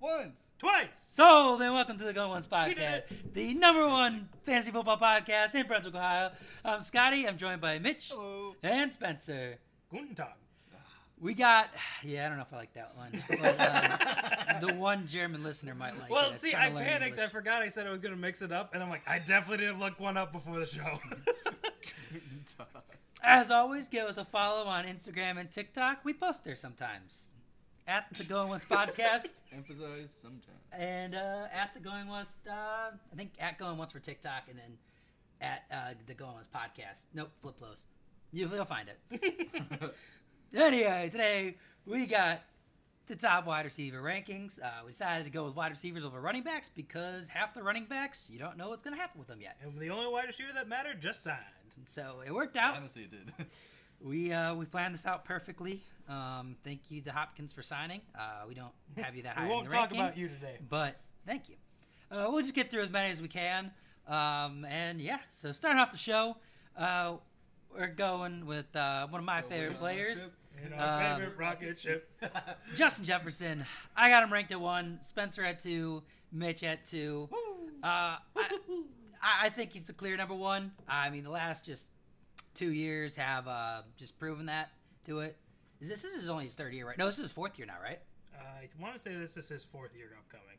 Once. Twice. So then, welcome to the Going Once We did podcast, the number one fantasy football podcast in Brunswick, Ohio. I'm Scotty. I'm joined by Mitch Hello. and Spencer. Guten Tag. We got, yeah, I don't know if I like that one. But, um, the one German listener might like. Well, it. see, Trying I to learn panicked. I English. forgot I said I was going to mix it up, and I'm like, I definitely didn't look one up before the show. As always, give us a follow on Instagram and TikTok. We post there sometimes. At the Going Once podcast Emphasize sometimes. and uh, at the Going Once, uh, I think at Going Once for TikTok and then at uh, the Going Once podcast. Nope, flip those. You, you'll find it. anyway, today we got the top wide receiver rankings. Uh, we decided to go with wide receivers over running backs because half the running backs, you don't know what's going to happen with them yet. and the only wide receiver that mattered just signed. So it worked out. Honestly, it did. We uh, we planned this out perfectly. Um, thank you to Hopkins for signing. Uh, we don't have you that high We won't in the talk ranking, about you today. but thank you. Uh, we'll just get through as many as we can. Um, and yeah, so starting off the show, uh, we're going with uh, one of my Going on favorite a players, trip. You know, our Um, favorite rocket ship. Justin Jefferson. I got him ranked at one. Spencer at two. Mitch at two. Uh, I, I I think he's the clear number one. I mean, the last just two years have uh, just proven that to it. Is this, this is only his third year, right? No, this is his fourth year now, right? Uh, I want to say this is his fourth year upcoming.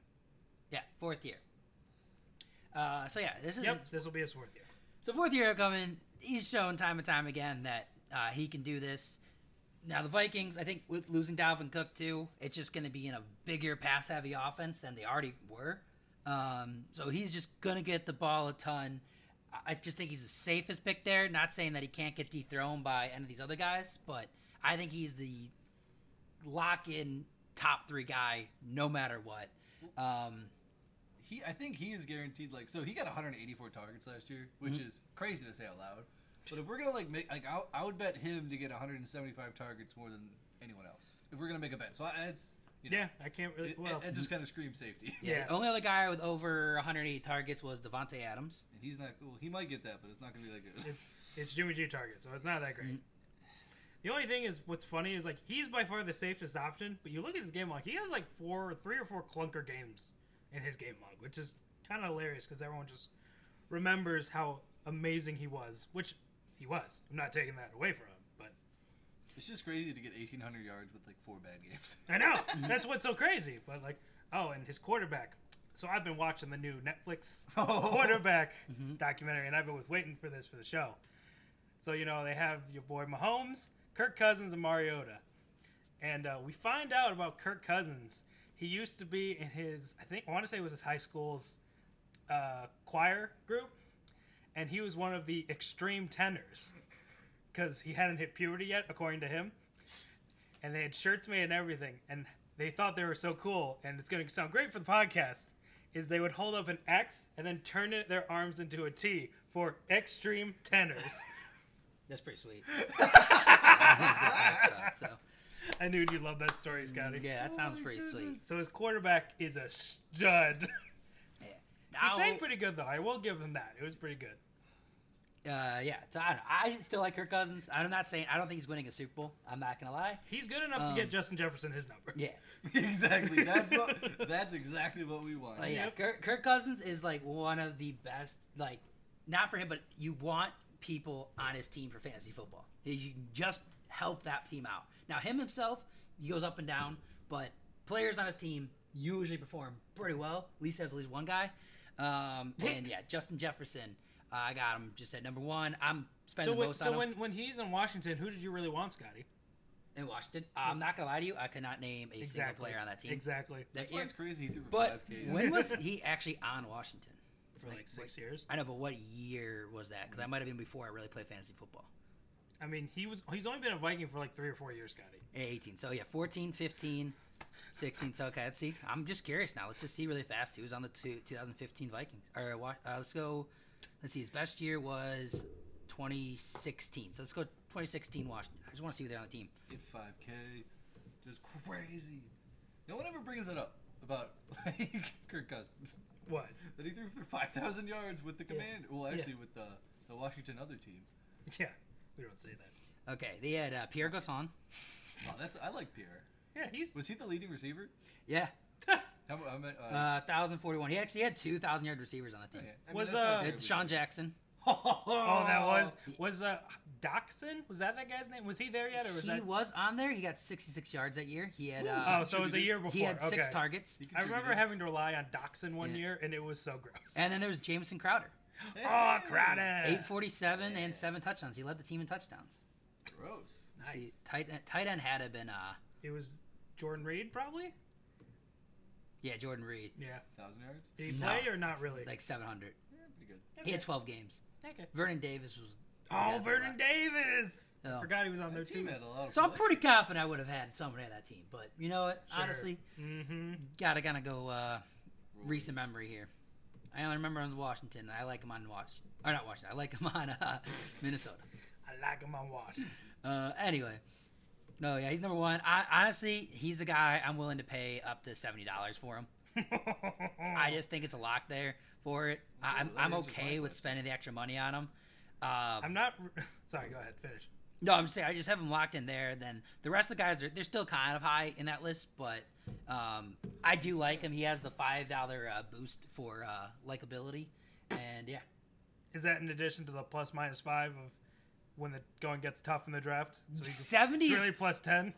Yeah, fourth year. Uh, so yeah, this is Yep, this will be his fourth year. so fourth year upcoming. He's shown time and time again that uh, he can do this. Now the Vikings, I think, with losing Dalvin Cook too, it's just going to be in a bigger pass-heavy offense than they already were. Um, so he's just going to get the ball a ton. I- I just think he's the safest pick there. Not saying that he can't get dethroned by any of these other guys, but I think he's the lock-in top three guy no matter what. Um, he, I think he is guaranteed. Like, so he got 184 targets last year, which Mm-hmm. is crazy to say out loud. But if we're gonna like make, like, I, I would bet him to get 175 targets more than anyone else. If we're gonna make a bet, so I, it's you know, Yeah, I can't really. it, Well, it, it just kind of screams safety. yeah, Yeah. The only other guy with over 180 targets was Devonte Adams. And he's not. Well, he might get that, but it's not gonna be that good. it's it's Jimmy G target, so it's not that great. The only thing is, what's funny is like he's by far the safest option, but you look at his game log, he has like four, three or four clunker games in his game log, which is kind of hilarious because everyone just remembers how amazing he was, which he was. I'm not taking that away from him, but It's just crazy to get 1,800 yards with like four bad games. I know that's what's so crazy. But like, oh, and his quarterback. So I've been watching the new Netflix Oh. quarterback documentary, and I've been was waiting for this for the show. So you know they have your boy Mahomes, Kirk Cousins, and Mariota, and uh, we find out about Kirk Cousins. He used to be in his, I think, I want to say it was his high school's uh, choir group, and he was one of the extreme tenors because he hadn't hit puberty yet, according to him and they had shirts made and everything, and they thought they were so cool, and it's going to sound great for the podcast. Is they would hold up an X and then turn it their arms into a T for extreme tenors. That's pretty sweet. Uh, so I knew you'd love that story, Scotty. yeah, that sounds pretty sweet. So his quarterback is a stud. Yeah. he sang Now- pretty good though. I will give him that. It was pretty good. uh, yeah, so I, don't I still like Kirk Cousins. I'm not saying I don't think he's winning a Super Bowl. I'm not gonna lie. He's good enough Um, to get Justin Jefferson his numbers. Yeah, exactly. That's what. That's exactly what we want. but Oh, yeah, Yep. Kirk, Kirk Cousins is like one of the best. Like, not for him, but you want people on his team for fantasy football. He- You can just help that team out. Now him himself, he goes up and down, but players on his team usually perform pretty well. At least has at least one guy. Um, and yeah, Justin Jefferson, uh, I got him just at number one. I'm spending So, the when, most so on him. when, when he's in Washington, who did you really want, Scotty? in Washington. I'm not gonna lie to you, I could not name a single player on that team. Exactly. That That's why year. it's crazy. He threw for But 5K. when was he actually on Washington? For like, Like, six years. I know, but what year was that? Because that might have been before I really played fantasy football. I mean, he was he's only been a Viking for like three or four years, Scotty. Yeah, 18. So yeah, 14, 15, 16. So okay, let's see. I'm just curious now. Let's just see really fast. Who was on the two, 2015 Vikings? All right, wa- uh, let's go. Let's see. His best year was 2016. So let's go 2016 Washington. I just want to see who they're on the team. Get 5K. Just crazy. No one ever brings it up about like Kirk Cousins What? that he threw for 5,000 yards with the command. Well, Yeah. actually, with the the Washington other team. Yeah, we don't say that. Okay, they had uh, Pierre Gasson. Wow, that's I like Pierre. Yeah, he's Was he the leading receiver? Yeah, How, mu- how many? Oh, Uh, Uh, 1,041. He actually had 2,000 yard receivers on the yeah. team. I mean, Was, that's not uh, terribly It's Sean good. Jackson. Oh, that was was uh, Doxson. Was that that guy's name? Was he there yet, or was he that? was on there. He got 66 yards that year. He had Oh, uh, so it was a year before. he had six okay. targets. He I remember contributed. having to rely on Doxson one Yeah. year, and it was so gross. And then there was Jameson Crowder, oh, Hey! Crowder. 847 and seven touchdowns. He led the team in touchdowns. Gross. Nice. See, tight, end- tight end had to been uh, It was Jordan Reed, probably. yeah Jordan Reed, Yeah. Thousand yards. Did he No. play or not really? like 700. Yeah, pretty good. He had 12 games. Okay. Vernon Davis was. Oh, yeah, Vernon Davis. Oh. I forgot he was on their That team team. had a lot of. So I'm play. pretty confident I would have had somebody on that team, but you know what? Sure. Honestly, Mm-hmm. gotta kind of go uh, Roll recent memory here. I only remember on Washington. I like him on Washington, or not Washington. I like him on uh, Minnesota. I like him on Washington. Uh, anyway, no, yeah, he's number one. I honestly, he's the guy I'm willing to pay up to seventy dollars for him. I just think it's a lock there for it. I, I'm Ooh, I'm that is a okay fine with bet. spending the extra money on him. Uh, I'm not. Sorry. Go ahead. Finish. no, I'm saying I just have him locked in there. Then the rest of the guys are they're still kind of high in that list, but um, I do like him. He has the five dollar uh, boost for uh, likability, and yeah, Is that in addition to the plus minus five of when the going gets tough in the draft? So you can- seventy. it's really plus ten.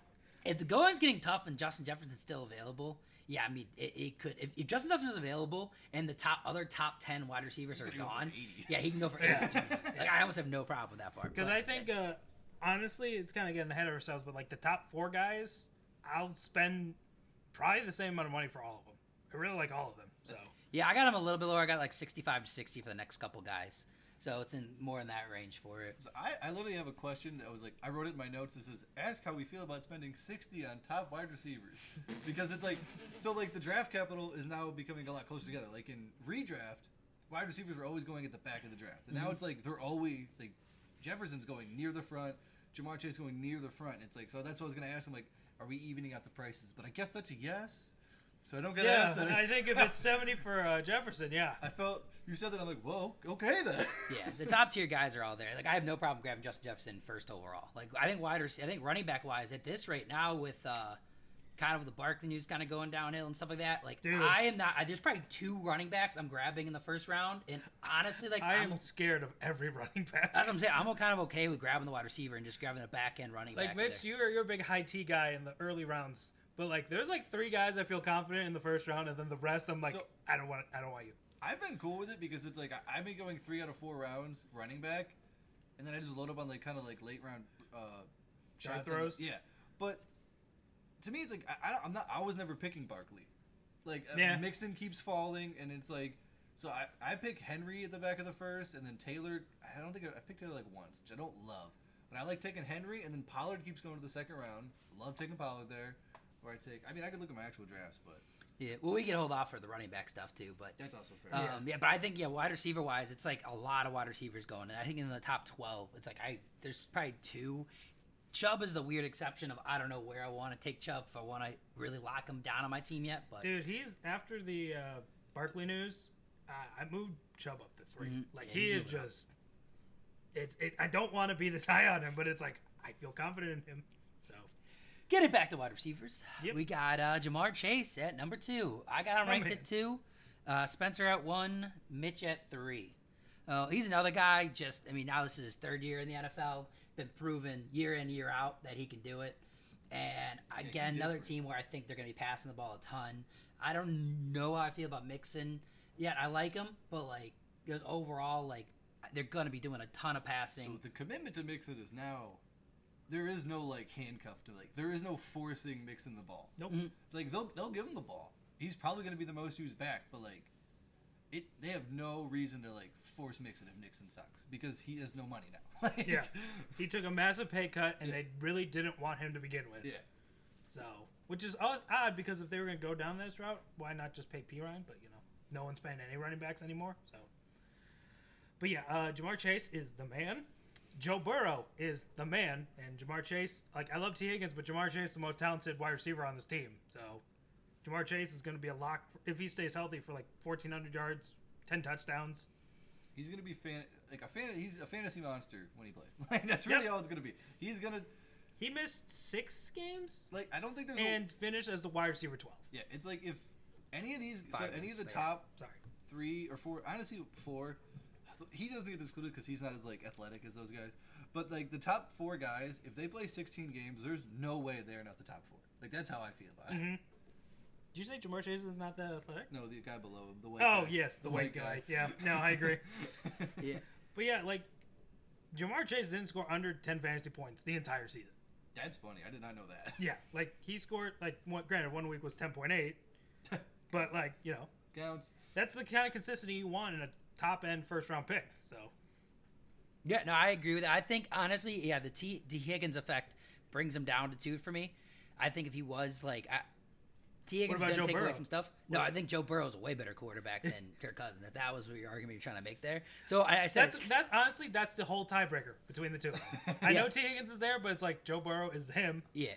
if the going's getting tough and Justin Jefferson's still available, yeah, I mean it, it could. If, if Justin Jefferson's available and the top other top ten wide receivers are could go for gone, 80. yeah, he can go for eighty. Yeah. easy. Like I almost have no problem with that part. Because but- I think, uh, honestly, it's kind of getting ahead of ourselves. But like the top four guys, I'll spend probably the same amount of money for all of them. I really like all of them. So yeah, I got him a little bit lower. I got like sixty-five to sixty for the next couple guys, so it's in more in that range for it. So I, I literally have a question. I was like, I wrote it in my notes. It says, "Ask how we feel about spending 60 on top wide receivers," because it's like, so like the draft capital is now becoming a lot closer together. Like in redraft, wide receivers were always going at the back of the draft, and Mm-hmm. now it's like they're always like Jefferson's going near the front, Jamar Chase going near the front. It's like so that's what I was gonna ask him. Like, are we evening out the prices? But I guess that's a yes. So I don't get to yeah, asked that. I think if it's seventy for uh, Jefferson, yeah, I felt you said that I'm like, whoa, okay then. Yeah, the top tier guys are all there. Like I have no problem grabbing Justin Jefferson first overall. Like I think wide receiver, I think running back wise at this rate now with uh kind of the Barkley news kind of going downhill and stuff like that. Like Dude. I am not. I, there's probably two running backs I'm grabbing in the first round, and honestly, like I I'm, am scared of every running back. that's what I'm saying. I'm kind of okay with grabbing the wide receiver and just grabbing a back end running like back. Mitch, there. you're you're a big high T guy in the early rounds, but like there's like three guys I feel confident in the first round, and then the rest I'm like, So- I don't want, I don't want you. I've been cool with it because it's like I, I've been going three out of four rounds running back, and then I just load up on like kind of like late round uh, shots. and- throws? yeah, but to me, it's like I, I don't, I'm not. I was never picking Barkley. Like uh, Yeah. Mixon keeps falling, and it's like so I I pick Henry at the back of the first, and then Taylor. I don't think I, I picked Taylor like once, which I don't love. But I like taking Henry, and then Pollard keeps going to the second round. Love taking Pollard there. Or I take. I mean, I could look at my actual drafts, but yeah. Well, we can hold off for the running back stuff too, but. that's also fair. Um, yeah. but I think yeah, wide receiver wise, it's like a lot of wide receivers going. And I think in the top twelve, it's like I there's probably two. Chubb is the weird exception of I don't know where I want to take Chubb if I want to really lock him down on my team yet. But Dude, he's after the uh, Barkley news. I, I moved Chubb up to 3 Mhm. Like Yeah, he he's is moving up. just. It's. It, I don't want to be this high on him, but it's like I feel confident in him. So getting back to wide receivers, Yep. we got uh, Jamar Chase at number two. I got him Oh, ranked man. at two. Uh, Spencer at one, Mitch at three. Uh, he's another guy. Just I mean, now this is his third year in the NFL. Been proven year in year out that he can do it. And he again, did another prove it. team where I think they're going to be passing the ball a ton. I don't know how I feel about Mixon yet. I like him, but like just overall, like they're going to be doing a ton of passing. So the commitment to Mixon is now. There is no like handcuff to like. There is no forcing Mixon the ball. nope. Mhm. It's like they'll they'll give him the ball. He's probably going to be the most used back, but like, it they have no reason to like force Mixon if Nixon sucks because he has no money now. Like, Yeah. He took a massive pay cut, and Yeah. they really didn't want him to begin with. yeah. So, which is odd- odd because if they were going to go down this route, why not just pay P Ryan? But you know, no one's paying any running backs anymore. So, but yeah, uh, Jamar Chase is the man. Joe Burrow is the man, and Jamar Chase. Like I love T Higgins, but Jamar Chase is the most talented wide receiver on this team. So, Jamar Chase is going to be a lock if he stays healthy for like 1,400 yards, 10 touchdowns. He's going to be fan like a fan. He's a fantasy monster when he plays. Like that's really Yep. all it's going to be. He's going to He missed six games like. I don't think there's a- and finished as the wide receiver 12. Yeah, it's like if any of these, so Five any is of the bad. top Sorry. three or four, honestly four. He doesn't get excluded because he's not as like athletic as those guys. But like the top four guys, if they play 16 games, there's no way they're not the top four. Like that's how I feel about it. Mm-hmm. Did you say Jamar Chase is not that athletic? No, the guy below him, the white. Oh guy. yes, the, white, guy. Yeah, no, I agree. Yeah. but yeah, like Jamar Chase didn't score under ten fantasy points the entire season. That's funny. I did not know that. Yeah, like he scored like one, granted one week was ten point eight, but like you know Counts. that's the kind of consistency you want in a top end first round pick. So Yeah, no, I agree with that. I think honestly, yeah, the T D Higgins effect brings him down to two for me. I think if he was like I, T Higgins is about going to Joe take away Burrow? some stuff. No, What- I think Joe Burrow's a way better quarterback than Kirk Cousins. If that was what your argument you're trying to make there, so I, I said that's that's honestly that's the whole tiebreaker between the two. I Yeah. know T Higgins is there, but it's like Joe Burrow is him. yeah.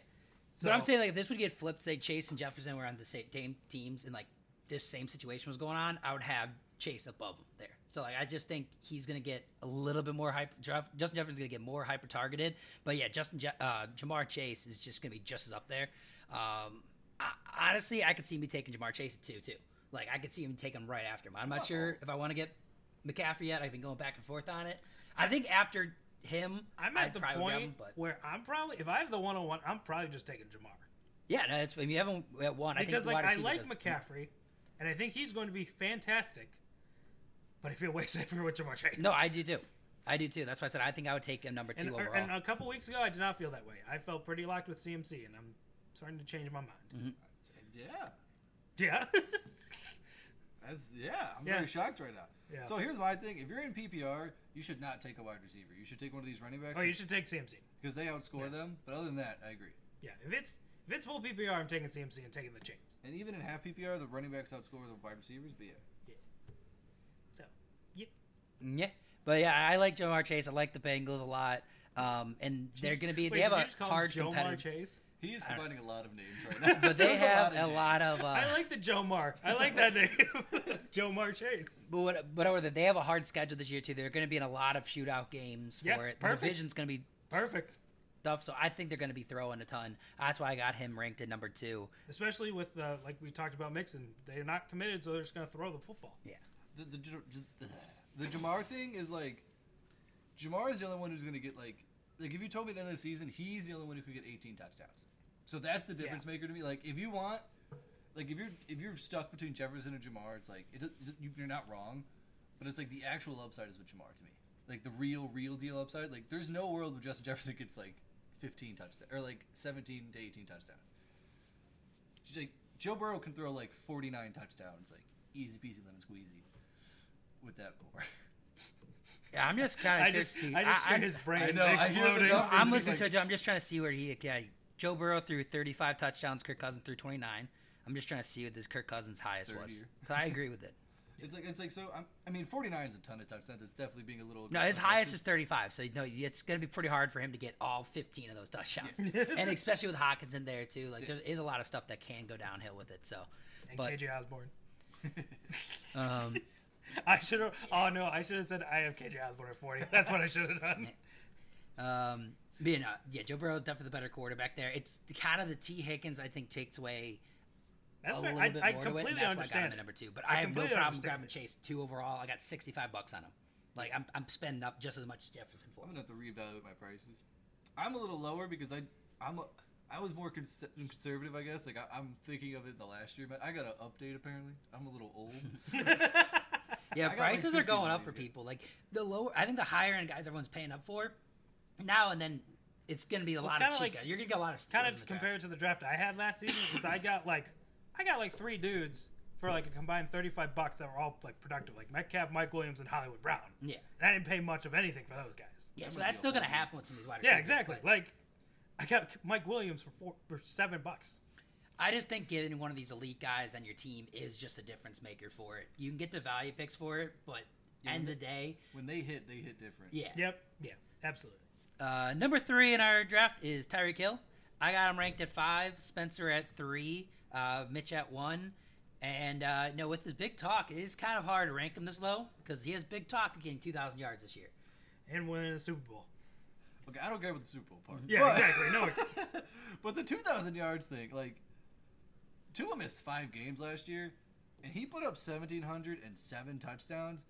So but I'm saying like if this would get flipped, say Chase and Jefferson were on the same team teams and like this same situation was going on, I would have Chase above him there. So like I just think he's gonna get a little bit more hyper. Jeff, Justin Jefferson's gonna get more hyper targeted, but yeah, Justin Je- uh, Jamar Chase is just gonna be just as up there. Um, I, honestly, I could see me taking Jamar Chase at two too. Like I could see him take him right after him. I'm not sure if I want to get McCaffrey yet. I've been going back and forth on it. I think after him, I'm at I'd the probably grab point him, but where I'm probably if I have the one on one, I'm probably just taking Jamar Yeah, no, it's, I mean, you haven't at one. I because think like wide I receiver like does- McCaffrey, and I think he's going to be fantastic. But I feel way safer with Jamar Chase. No, I do too. I do too. That's why I said I think I would take him number two and, uh, overall. and a couple weeks ago, I did not feel that way. I felt pretty locked with CMC, and I'm starting to change my mind. Yeah. Yeah. That's yeah. I'm Yeah. very shocked right now. Yeah. So here's my thing: if you're in PPR, you should not take a wide receiver. You should take one of these running backs oh, you should take CMC. because they outscore them. But other than that, I agree. Yeah. If it's if it's full PPR, I'm taking CMC and taking the chance. And even in half PPR, the running backs outscore the wide receivers. But yeah, So, yeah. Mm, yeah, but yeah, I like Jamar Chase. I like the Bengals a lot, um, and they're going to be. Wait, they have did you a just call him hard Jomar competitor, Chase. he is I don't- combining a lot of names right now. but they There's have a names. lot of. Uh, I like the Jomar. I like that name. Jomar Chase. but what, but over there, they have a hard schedule this year too. They're going to be in a lot of shootout games Yeah, for it. perfect. The division's going to be Perfect. tough, so I think they're going to be throwing a ton. That's why I got him ranked at number two. Especially with uh, like we talked about Mixon, they're not committed, so they're just gonna throw the football. The, the, J- J- the Jamar thing is like, Jamar is the only one who's going to get like, like if you told me at the end of the season, he's the only one who could get 18 touchdowns. So that's the difference maker to me. Like if you want, like if you're if you're stuck between Jefferson and Jamar, it's like it, does- you- you're not wrong, but it's like the actual upside is with Jamar to me. Like the real, real deal upside. Like there's no world where Justin Jefferson gets like 15 touchdowns or like 17 to 18 touchdowns. Just, like Joe Burrow can throw like 49 touchdowns, like easy peasy lemon squeezy, with that core. Yeah, I'm just kind of. I just, I just hear his brain I know, I hear the exploding. numbers. Isn't I'm he listening to like- it. I'm just trying to see where he. Yeah, Joe Burrow threw 35 touchdowns. Kirk Cousins threw 29. I'm just trying to see what this Kirk Cousins highest Third was. year. 'Cause I agree with it. It's like it's like so. I'm, I mean, 49 is a ton of touchdowns. It's definitely being a little. No, his aggressive. highest is 35. So you know it's going to be pretty hard for him to get all 15 of those touchdowns, and especially with Hawkins in there too. Like there is a lot of stuff that can go downhill with it. So, and but KJ Osborne. um, I should have. Oh no, I should have said I have KJ Osborne at forty. That's what I should have done. Um, but, you know, yeah, Joe Burrow definitely the better quarterback there. It's the- kind of the T Higgins I think takes away That's a fair. little I, bit I more to it, and completely that's why I got him understand. at it. number two. But I I, have no completely problem understand grabbing it. Chase two overall. I got sixty five bucks on him. Like I'm, I'm spending up just as much as Jefferson for. I'm him. gonna have to reevaluate my prices. I'm a little lower because I I'm a, I was more cons- conservative, I guess. Like I, I'm thinking of it in the last year, but I got an update apparently. I'm a little old. Yeah, I got, like, prices are 50s going on up these for guys. people. Like the lower, I think the higher end guys everyone's paying up for now and then. It's gonna be a Well, it's lot of kinda cheap like- guys. You're gonna get a lot of steals Kind in of the draft. compared to the draft I had last season, since I got like, I got like three dudes for like a combined thirty-five bucks that were all like productive, like Metcalf, Mike Williams, and Hollywood Brown. Yeah, And I didn't pay much of anything for those guys. yeah. That so might be a that's still whole gonna team. happen with some of these wide receivers. Yeah, exactly. but- Like, I got Mike Williams for four for seven bucks. I just think getting one of these elite guys on your team is just a difference maker for it. You can get the value picks for it, but Yeah, end when of the day, when they hit, they hit different. yeah. Yep. Yeah. Absolutely. Uh, number three in our draft is Tyreek Hill. I got him ranked at five, Spencer at three, uh, Mitch at one. And, uh, you know, with his big talk, it is kind of hard to rank him this low because he has big talk of getting 2,000 yards this year. And winning the Super Bowl. Okay, I don't care about the Super Bowl part. Yeah, exactly. No. but the 2,000 yards thing, like, Tua missed five games last year. and he put up 1,707 touchdowns.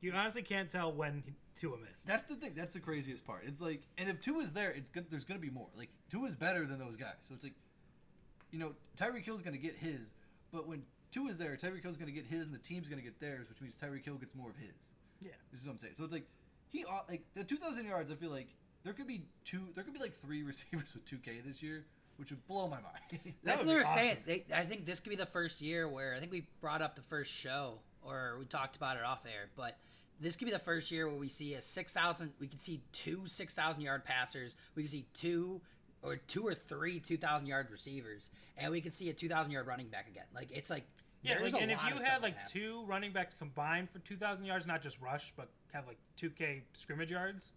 You honestly can't tell when Tua missed. That's the thing. That's the craziest part. It's like, and if two is there, it's good. There's gonna be more. Like two is better than those guys. So it's like, you know, Tyreek Hill's gonna get his, but when two is there, Tyreek Hill's gonna get his, and the team's gonna get theirs, which means Tyreek Hill gets more of his. Yeah. This is what I'm saying. So it's like he ought- like the 2,000 yards. I feel like there could be two. There could be like three receivers with 2K this year, which would blow my mind. That That's would what we be were saying. awesome. They, I think this could be the first year where I think we brought up the first show or we talked about it off air, but this could be the first year where we see a 6,000, we could see two 6,000 yard passers. We could see two or two or three 2,000 yard receivers. And we could see a 2,000 yard running back again. Like, it's like, Yeah, there's like, a and if lot you of stuff had that like happened. two running backs combined for 2,000 yards, not just rush, but have like 2K scrimmage yards,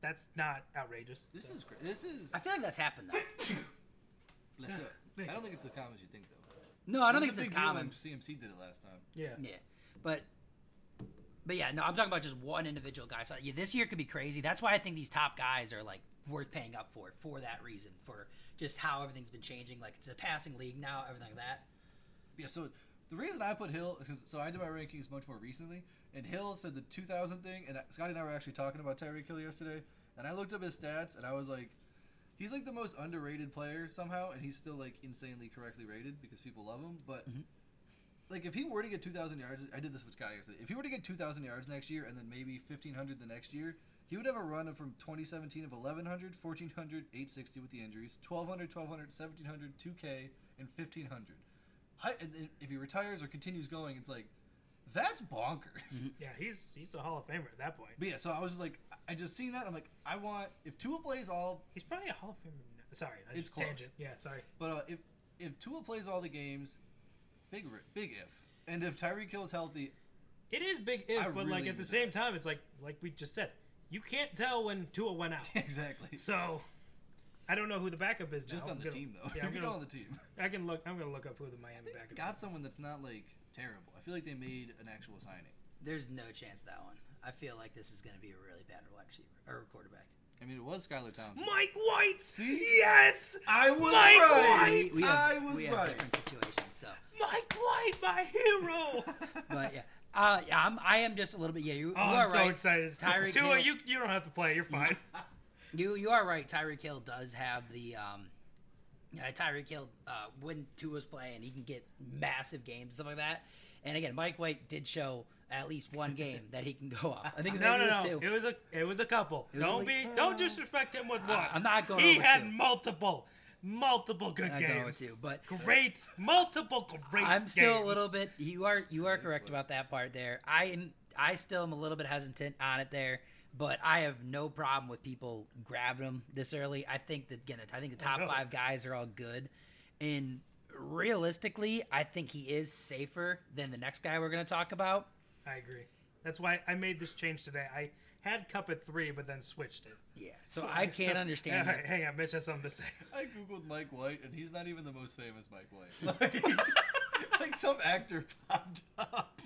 that's not outrageous. this is cra- this is. I feel like that's happened though. Bless up. Thank I you. don't think it's as common as you think though. No, I don't It think was it's a as big deal common. when CMC did it last time. Yeah. Yeah, but but yeah, no, I'm talking about just one individual guy. So yeah, this year could be crazy. That's why I think these top guys are like worth paying up for for that reason, for just how everything's been changing. Like it's a passing league now, everything like that. Yeah, so the reason I put Hill is 'cause- so I did my rankings much more recently, and Hill said the 2000 thing, and Scotty and I were actually talking about Tyreek Hill yesterday, and I looked up his stats, and I was like, he's like the most underrated player somehow, and he's still like insanely correctly rated because people love him, but. Mhm. Like if he were to get 2,000 yards, I did this with Scotty yesterday. If he were to get 2,000 yards next year and then maybe 1,500 the next year, he would have a run of from 2017 of 1,100, 1,400, 860 with the injuries, 1,200, 1,200, 1,700, 2K, and 1,500 hi- and then if he retires or continues going, it's like that's bonkers. Yeah, he's he's a Hall of Famer at that point. But yeah, so I was just like, I just seen that. I'm like, I want if Tua plays all, He's probably a Hall of Famer. Now. Sorry, I It's just close. tangent. Yeah, sorry. but uh, if if Tua plays all the games, big ri- big if, and if Tyreek Hill's healthy, It is big if, I but like really at the need same time, it's like like we just said, you can't tell when Tua went out. exactly. so I don't know who the backup is. Just now. on I'm the gonna- team though, Yeah, I'm You're gonna- on the team. I can look. I'm gonna look up who the Miami I think backup. they is. got someone that's not like terrible. I feel like they made an actual signing. There's no chance that one. I feel like this is going to be a really bad wide receiver or quarterback. I mean, it was Skylar Thompson. Mike White. See? Yes, I was Mike right. White! We have, I was we have right. different situations, so. Mike White, my hero. But yeah, uh, yeah, I'm, I am just a little bit. Yeah, you, you oh, are I'm so right. excited. Tyreek Tua, Hill. you you don't have to play. You're fine. You you are right. Tyreek Hill does have the um, yeah, Tyreek Hill uh, when Tua's playing, he can get massive games and stuff like that. And again, Mike White did show at least one game that he can go off. I think No, maybe no, it no. was two. It was a it was a couple. was don't like, be don't disrespect him with one. Uh, I'm not going He over had two. multiple, multiple good I games. go with you, but Great, multiple great. I'm still a games. little bit. You are you are Great correct play. about that part there. I am I still am a little bit hesitant on it there, but I have no problem with people grabbing them this early. I think that again, I think the top no. five guys are all good, and realistically, I think he is safer than the next guy we're going to talk about. I agree. That's why I made this change today. I had Cup at three, but then switched it. Yeah, so, I can't So- understand. All right, it. hang on, Mitch has something to say. I googled Mike White, and he's not even the most famous Mike White. Like, like some actor popped up.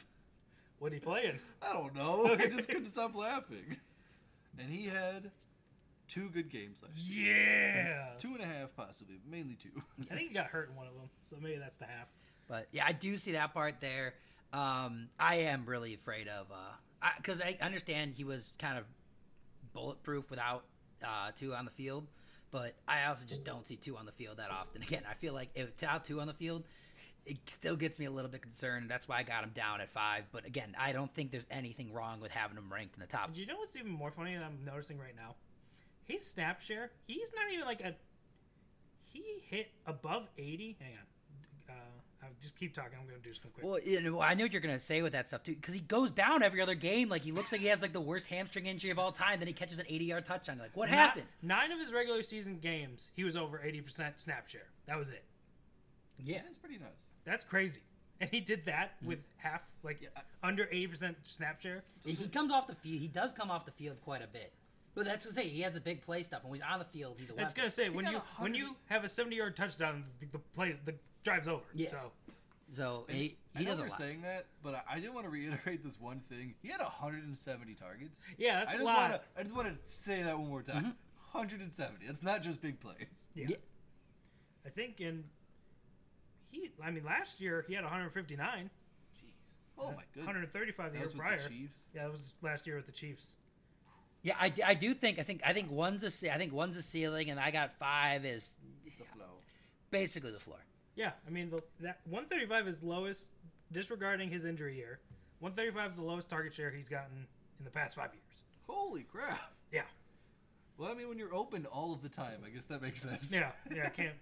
What are you playing? I don't know. I just couldn't stop laughing. And he had two good games last year. Yeah. Two and a half, possibly, but mainly two. I think he got hurt in one of them, so maybe that's the half. But yeah, I do see that part there. Um, I am really afraid of because I, understand he was kind of bulletproof without uh, two on the field, but I also just don't see two on the field that often. Again, I feel like if without two on the field, it still gets me a little bit concerned. That's why I got him down at five. But again, I don't think there's anything wrong with having him ranked in the top. Um, Do you know what's even more funny that I'm noticing right now? His snap share, he's not even like a. He hit above 80. Hang on. Uh, I'll just keep talking. I'm going to do some quick. Well, you know, I knew what you're gonna say with that stuff too, because he goes down every other game. Like he looks like he has like the worst hamstring injury of all time. Then he catches an 80-yard touchdown. Like what Ni- happened? Nine of his regular season games, he was over 80% snap share. That was it. Yeah. That's pretty nice. That's crazy. And he did that with half, like Yeah, I- under 80% snap share. Yeah, he comes off the field. He does come off the field quite a bit. But that's to say, he has a big play stuff. And when he's on the field, he's a That's weapon. gonna say when got you when 100 you have a 70 yard touchdown, the, the plays the drive's over. Yeah. So So he, I he know does a you're lot. saying that, but I, I did want to reiterate this one thing. He had 170 targets. yeah, that's I a just lot. Wanna, I just want to say that one more time. Mm-hmm. 170. It's not just big plays. Yeah. Yeah. I think in he I mean last year he had 159. Oh my goodness. 135 the That year was with prior. the Chiefs. yeah, that was last year with the Chiefs. Yeah, I, d- I do think I think I think one's a ce- I think one's a ceiling, and I got five is The flow. basically the floor. Yeah, I mean the, that 135 is lowest, disregarding his injury year. 135 is the lowest target share he's gotten in the past five years. Holy crap. Yeah, Well, I mean, when you're open all of the time, I guess that makes sense. yeah, yeah. I can't.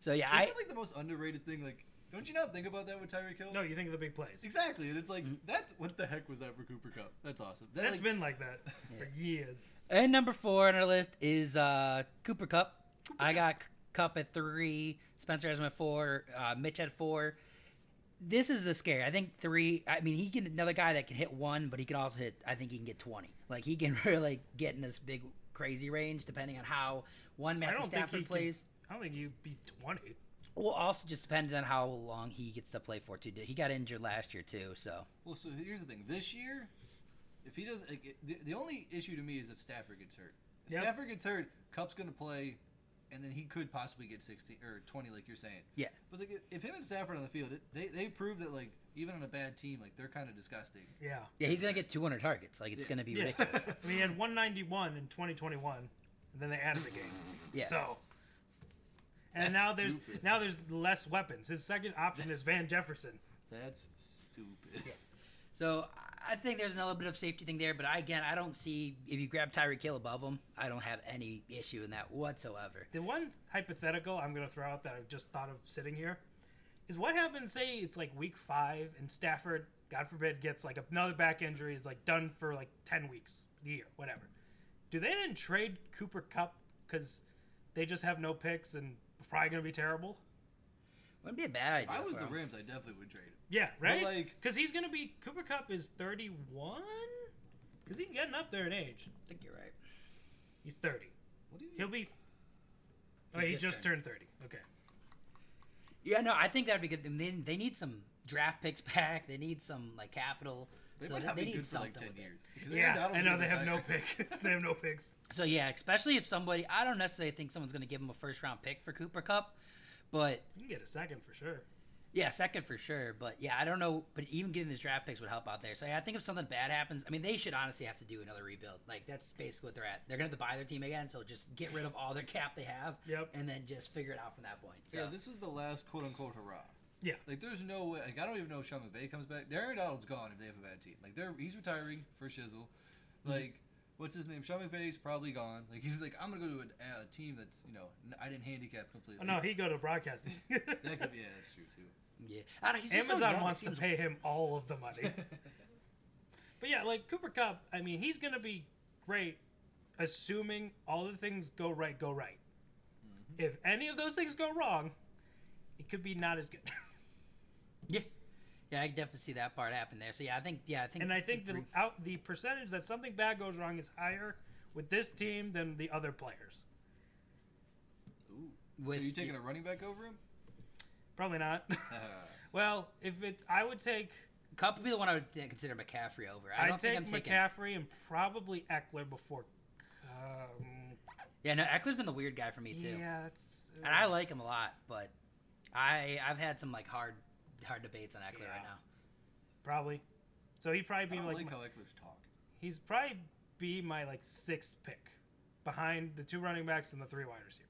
So yeah, I I feel like the most underrated thing. Like, don't you not think about that with Tyreek Hill? No, you think of the big plays. Exactly, and it's like that's what the heck was that for Cooper Cup? That's awesome. That, That's like, been like that for years. and number four on our list is uh, Cooper Cup. I got C- Cup at three. Spencer has him at four. Uh, Mitch at four. This is the scare. I think three. I mean, he can another guy that can hit one, but he can also hit. I think he can get twenty. Like he can really get in this big crazy range, depending on how one I Matthew don't think he Stafford can- plays. I don't think you beat 20. Well, also just depends on how long he gets to play for too. He got injured last year too, so well, so here's the thing. This year, if he doesn't, like, it- the, the only issue to me is if Stafford gets hurt. If Yep. Stafford gets hurt, Cup's going to play, and then he could possibly get 16 or 20, like you're saying. yeah. But like, if him and Stafford on the field, it, they they prove that like even on a bad team, like they're kind of disgusting. Yeah. Yeah, he's gonna get 200 targets. Like it's Yeah. gonna be Yeah. ridiculous. I mean, he had 191 in 2021, and then they added the game. Yeah. So. That's And now there's stupid. now there's less weapons. His second option is Van Jefferson. That's stupid. So I- I think there's another bit of safety thing there, but I, again, I don't see if you grab Tyreek Hill above him, I don't have any issue in that whatsoever. The one hypothetical I'm going to throw out that I've just thought of sitting here is what happens, say, it's like week five and Stafford, God forbid, gets like another back injury, is like done for like 10 weeks, the year, whatever. Do they then trade Cooper Cup because they just have no picks and probably going to be terrible? Wouldn't be a bad idea. If I was for the him. Rams, I definitely would trade him. Yeah, right? like- Because he's going to be, Cooper Cup is 31? Because he's getting up there in age. I think you're right. He's 30. What do you? He'll be. Oh, He he, just just turned 30. Okay. Yeah, no, I think that'd be good. I mean, they need some draft picks back. They need some like capital. They So might they- not they be need good for like something ten with it. years. Because Aaron Yeah, I Donald's know gonna they have no retire. picks. they have no picks. So yeah, especially if somebody I don't necessarily think someone's going to give him a first round pick for Cooper Cup, but You can get a second for sure. yeah, second for sure. But yeah, I don't know. But even getting these draft picks would help out there. So yeah, I think if something bad happens, I mean, they should honestly have to do another rebuild. Like that's basically what they're at. They're going to have to buy their team again. So just get rid of all their cap they have, Yep. and then just figure it out from that point. So Yeah, this is the last quote unquote hurrah. Yeah. Like, there's no way. Like, I don't even know if Sean McVay comes back. Darren Donald's gone if they have a bad team. Like, they're he's retiring for shizzle. Mm-hmm. Like, what's his name? Sean McVay's probably gone. Like, he's like, I'm gonna go to a, a team that's you know n- I didn't handicap completely. Oh, no, he go to broadcasting. that could be yeah, that's true too. yeah, I don't, he's just so young, Amazon it wants to seems- pay him all of the money. but yeah, like Cooper Cup, I mean, he's gonna be great, assuming all the things go right, go right. If any of those things go wrong, it could be not as good. Yeah, yeah, I can definitely see that part happen there. So yeah, I think yeah, I think and I think the out the percentage that something bad goes wrong is higher with this team than the other players. Ooh. With- so you taking a running back over him? Probably not. well, if it, I would take Cup would be the one I would uh, consider McCaffrey over. I I don't would think take I'm taking. McCaffrey and probably Eckler before. Um, Yeah, no, Eckler's been the weird guy for me too, yeah, uh, it's. and I like him a lot, but I I've had some like hard hard debates on Eckler Yeah. right now. probably. So he'd probably I be don't like, like my- how Eckler's talk. he's probably be my like sixth pick, behind the two running backs and the three wide receivers.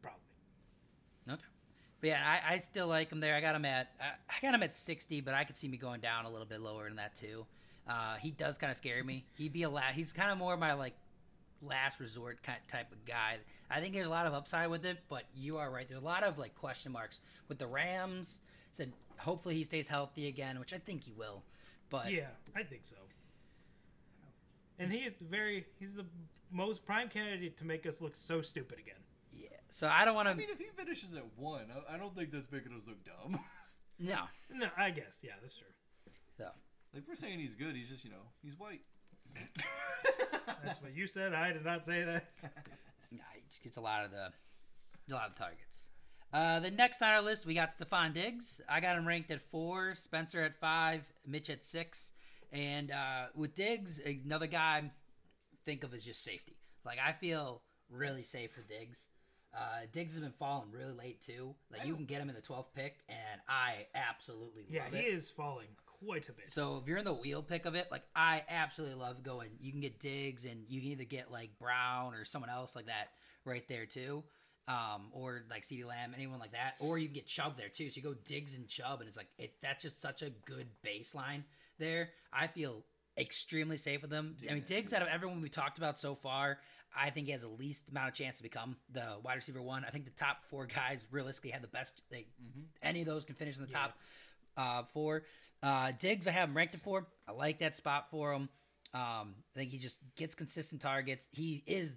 Probably. Okay. But yeah, I, I still like him there. I got him at I, I got him at sixty, but I could see me going down a little bit lower than that too. Uh, he does kind of scare me. He'd be a la- he's kind of more my like last resort kind type of guy. I think there's a lot of upside with it, but you are right. There's a lot of like question marks with the Rams. Said hopefully he stays healthy again, which I think he will. But Yeah, I think so. And he is very. He's the most prime candidate to make us look so stupid again. yeah. so I don't want I to. mean, if he finishes at one, I, I don't think that's making us look dumb. no. No, I guess. Yeah, that's true. So like we're saying he's good. He's just you know he's white. That's what you said. I did not say that. Nah, he just gets a lot of the a lot of targets. Uh, the next on our list, we got Stephon Diggs. I got him ranked at four, Spencer at five, Mitch at six, and uh, with Diggs, another guy I think of as just safety. Like I feel really safe with Diggs. Uh, Diggs has been falling really late too. Like you can get him in the 12th pick, and I absolutely Yeah, love he it. is falling quite a bit. So if you're in the wheel pick of it, like I absolutely love going. You can get Diggs, and you can either get like Brown or someone else like that right there too, um, or like Ceedee Lamb, anyone like that, or you can get Chubb there too. So you go Diggs and Chubb, and it's like it, that's just such a good baseline there. I feel extremely safe with them. I mean, Diggs, Diggs yeah. out of everyone we talked about so far, I think he has the least amount of chance to become the wide receiver one. I think the top four guys realistically had the best. They Mm-hmm. any of those can finish in the Yeah. top uh, four. Uh, Diggs, I have him ranked at four. I like that spot for him. Um, I think he just gets consistent targets. He is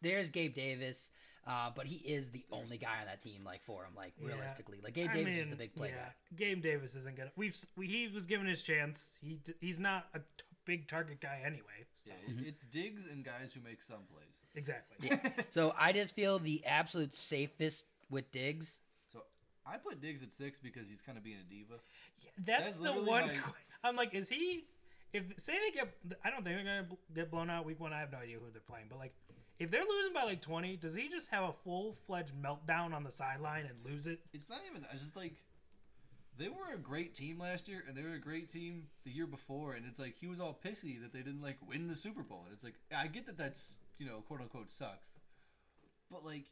there's Gabe Davis, uh, but he is the only guy on that team like for him, like Yeah. realistically. Like Gabe I Davis is mean, the big play guy. Gabe Davis isn't gonna. We've s- we, he was given his chance. He d- he's not a t- big target guy anyway. So. Yeah, it- it's digs and guys who make some plays. Exactly. So I just feel the absolute safest with Diggs. So I put Diggs at six because he's kind of being a diva. That's, That's the literally one. my- qu- I'm like, is he? If say they get, I don't think they're gonna bl- get blown out week one. I have no idea who they're playing, but like, if they're losing by like 20, does he just have a full fledged meltdown on the sideline and lose it? It's not even. that. It's just like they were a great team last year, and they were a great team the year before, and it's like he was all pissy that they didn't like win the Super Bowl, and it's like I get that that's you know quote unquote sucks, but like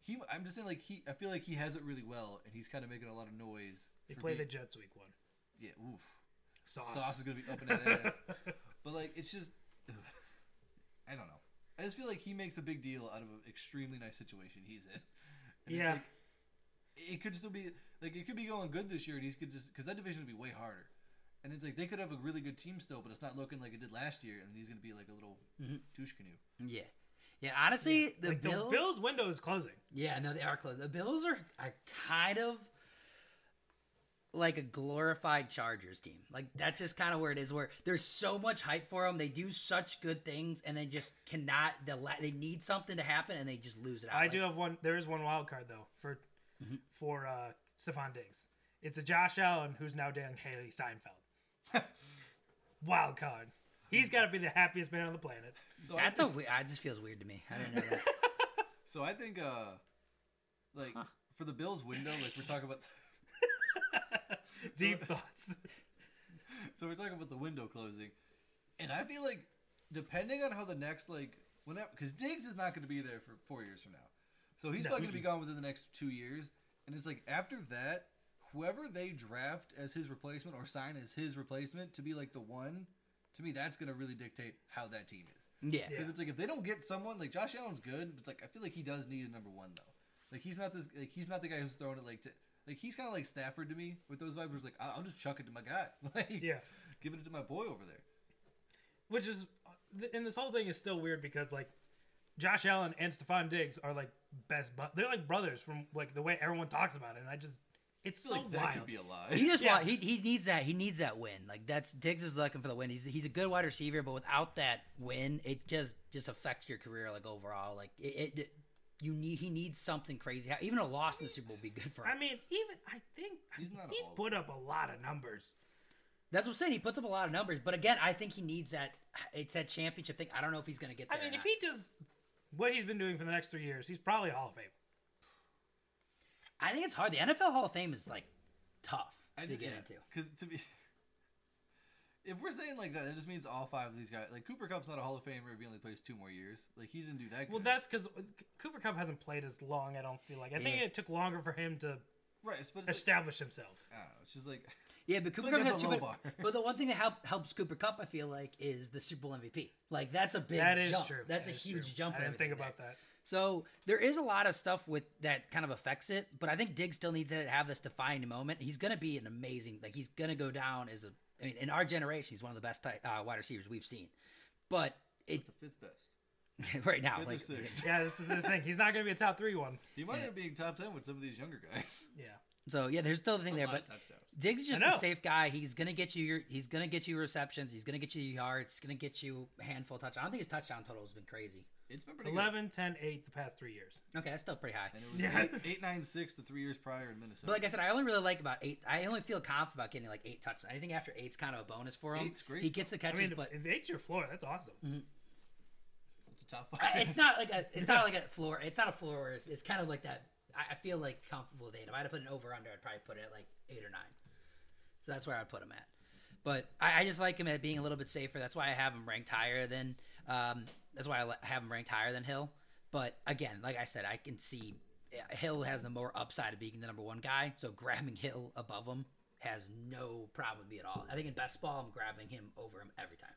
he, I'm just saying like he, I feel like he has it really well, and he's kind of making a lot of noise. They for play the being- Jets week one. yeah, oof, Sauce. sauce is gonna be up in that ass. But like, it's just, I don't know. I just feel like he makes a big deal out of an extremely nice situation he's in. it's Yeah. like, it could still be like it could be going good this year, and he's could just because that division would be way harder. And it's like they could have a really good team still, but it's not looking like it did last year, and he's gonna be like a little Mhm. douche canoe. Yeah. Yeah, honestly, the, like, the Bills, Bills window is closing. Yeah, no, they are close. The Bills are, are kind of like a glorified Chargers team. Like that's just kind of where it is. Where there's so much hype for them, they do such good things, and they just cannot. The la- they need something to happen, and they just lose it. Out. I Like, do have one. There is one wild card though for Mm-hmm. Mhm. for uh, Stephon Diggs. It's a Josh Allen who's now Dan Haley Seinfeld. wild card. He's got to be the happiest man on the planet. So I That's a think, weird. I just feels weird to me. I don't know. That. so I think uh, like Huh. for the Bills window, like we're talking about. Deep thoughts. so we're talking about the window closing, and I feel like depending on how the next like whenever because Diggs is not going to be there for four years from now, so he's No. not going to be gone within the next two years, and it's like after that, whoever they draft as his replacement or sign as his replacement to be like the one, to me that's going to really dictate how that team is Yeah. because it's like if they don't get someone like Josh Allen's good, but it's like I feel like he does need a number one though. Like he's not this like he's not the guy who's throwing it like to like he's kind of like Stafford to me with those vibes. Where it's like I'll I'll just chuck it to my guy, like Yeah. giving it to my boy over there. Which is, and this whole thing is still weird because like Josh Allen and Stephon Diggs are like best, but they're like brothers from like the way everyone talks about it. And I just, it's I feel so like that could wild. be a He lie. just Yeah. want he, he needs that he needs that win like that's Diggs is looking for the win he's he's a good wide receiver but without that win it just just affects your career like overall like it, it you need he needs something crazy even a loss in the Super Bowl would be good for him I mean, even I think He's he's, not a he's Hall of put up a lot of numbers. that's what I'm saying he puts up a lot of numbers but again I think he needs that it's that championship thing I don't know if he's gonna get there I mean, or if not. he does what he's been doing for the next three years, he's probably a Hall of Fame. I think it's hard the NFL Hall of Fame is like tough I to just get into because to be. If we're saying like that, it just means all five of these guys. Like Cooper Cup's not a Hall of Famer if he only plays two more years. Like he didn't do that. Well, good. that's because Cooper Cup hasn't played as long. I don't feel like. I think Yeah. it took longer for him to right. But it's like, establish himself. I don't know. It's just like yeah but Cooper Like, Cup that's had a too low many- bar. but the one thing that help, helps Cooper Cup I feel like is the Super Bowl MVP like that's a big That is jump. true. that's That a is huge true. jump I in didn't think everything there. about that. So there is a lot of stuff with that kind of affects it, but I think Diggs still needs to have this defining moment. He's going to be an amazing, like he's going to go down as a. I mean, in our generation, he's one of the best tight, uh, wide receivers we've seen. But it the fifth best. right now, Fifth or like sixth. Yeah, that's the thing. He's not going to be a top three one. He might end up being top ten with some of these younger guys. Yeah. so, yeah, there's still the thing A there, lot but of touchdowns. Diggs is just I a know. safe guy. He's gonna get you your. He's gonna get you receptions. He's gonna get you yards. He's gonna get you a handful of touchdowns. I don't think his touchdown total has been crazy. It's been pretty good. 11, 10, 8 the past three years. Okay, that's still pretty high. And it was Yes. eight- eight nine six the three years prior in Minnesota. But like I said, I only really like about eight. I only feel confident about getting like eight touchdowns. I think after eight's kind of a bonus for him. Eight's great, He gets the I catches, mean, but if eight's your floor, that's awesome. the top five. I- it's is. not like a it's not like a floor it's not a floor where it's, it's kind of like that I, I feel like comfortable with eight if i had to put an over under i'd probably put it at like eight or nine so that's where i'd put him at but I, I just like him at being a little bit safer that's why i have him ranked higher than um that's why i li- have him ranked higher than hill but again like i said i can see yeah, hill has the more upside of being the number one guy so grabbing hill above him has no problem with me at all i think in best ball i'm grabbing him over him every time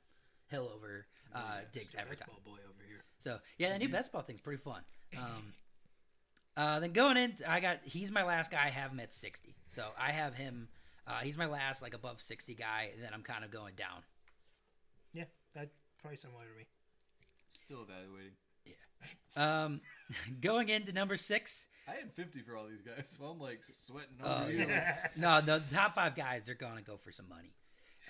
hill over uh diggs Mr. every time Baseball Oh, boy over here. so yeah, the new best ball thing's pretty fun. Um, uh, then going in, I got he's my last guy. I have him at sixty, so I have him. Uh, he's my last like above sixty guy, and then I'm kind of going down. Yeah, that's probably similar to me. Still evaluating. Um, going into number six. I had 50 for all these guys, so I'm like sweating Oh, over you. yeah. No, the top five guys are gonna go for some money.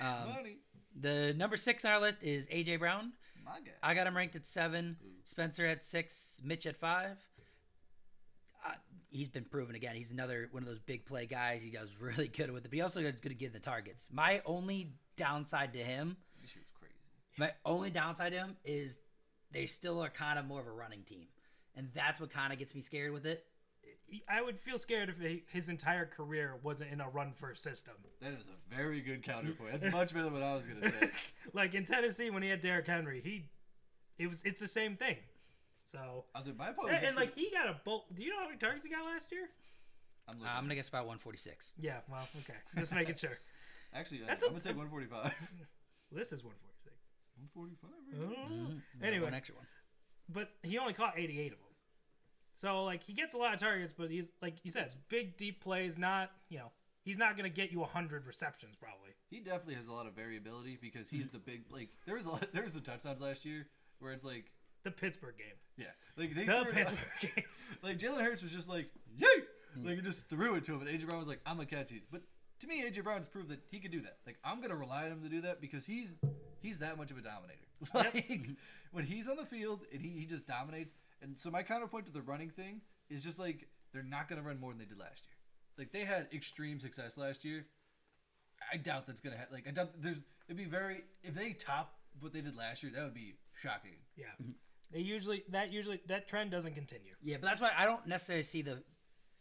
Um, Money, the number six on our list is AJ Brown. my guy. I got him ranked at seven. Spencer at six. Mitch at five. Uh, he's been proven again. He's another one of those big play guys. He does really good with it, but he also does good at getting the targets. My only downside to him, This year was crazy. my only downside to him is they still are kind of more of a running team, and that's what kind of gets me scared with it. I would feel scared if he- his entire career wasn't in a run first system. That is a very good counterpoint. That's much better than what I was gonna say. Like in Tennessee when he had Derrick Henry, he it was it's the same thing. So I was like, my point was and, just and, like he got a bolt. Do you know how many targets he got last year? I'm, Uh, looking. I'm gonna guess about 146. Yeah, well, okay. Just making sure. actually, I'm that's a- gonna take 145. This is 146. 145. Right? Oh. Yeah, Anyway, one extra one. but he only caught 88 of them. So like he gets a lot of targets, but he's like you said, it's big deep plays. Not you know he's not gonna get you 100 receptions probably. He definitely has a lot of variability because Hmm. he's the big like. There was a lot, there was some touchdowns last year where it's like, The Pittsburgh game. yeah, like they threw The it- Pittsburgh game. like Jalen Hurts was just like, yay, like he just threw it to him, and AJ Brown was like, I'm gonna catch these. But to me, AJ Brown's proved that he can do that. Like I'm gonna rely on him to do that because he's he's that much of a dominator. Yep. Like when he's on the field and he, he just dominates. And so my counterpoint to the running thing is just like they're not gonna run more than they did last year. Like they had extreme success last year. I doubt that's gonna happen. Like I doubt there's it'd be very if they top what they did last year, that would be shocking. Yeah. They usually that usually that trend doesn't continue. Yeah, but that's why I don't necessarily see the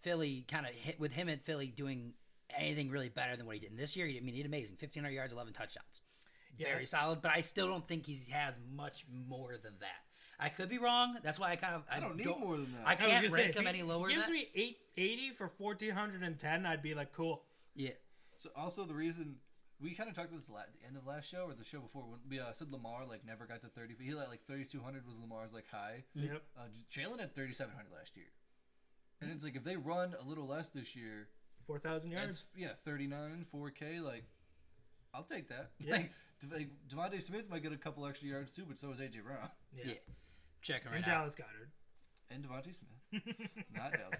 Philly kind of hit with him at Philly doing anything really better than what he did and this year. He, I mean, he did amazing: fifteen hundred yards, eleven touchdowns, Yeah. very solid. But I still don't think he has much more than that. I could be wrong. That's why I kind of I, I don't need more than that. I I was can't gonna say, rank if him he any lower. Than Gives that. me 880 for 1410. I'd be like, cool. yeah, So also the reason we kind of talked about this la- at the end of last show or the show before when we uh, said Lamar like never got to thirty. He had like thirty two hundred was Lamar's like high. Mm. Yep. Uh, Jalen had thirty seven hundred last year, and it's like if they run a little less this year, 4,000 yards. that's yeah thirty nine four K like. I'll take that. Yeah. Like, De- like Devontae Smith might get a couple extra yards too, but so is AJ Brown yeah, Yeah. Checking right And now. Dallas Goddard. and Devontae Smith, not Dallas.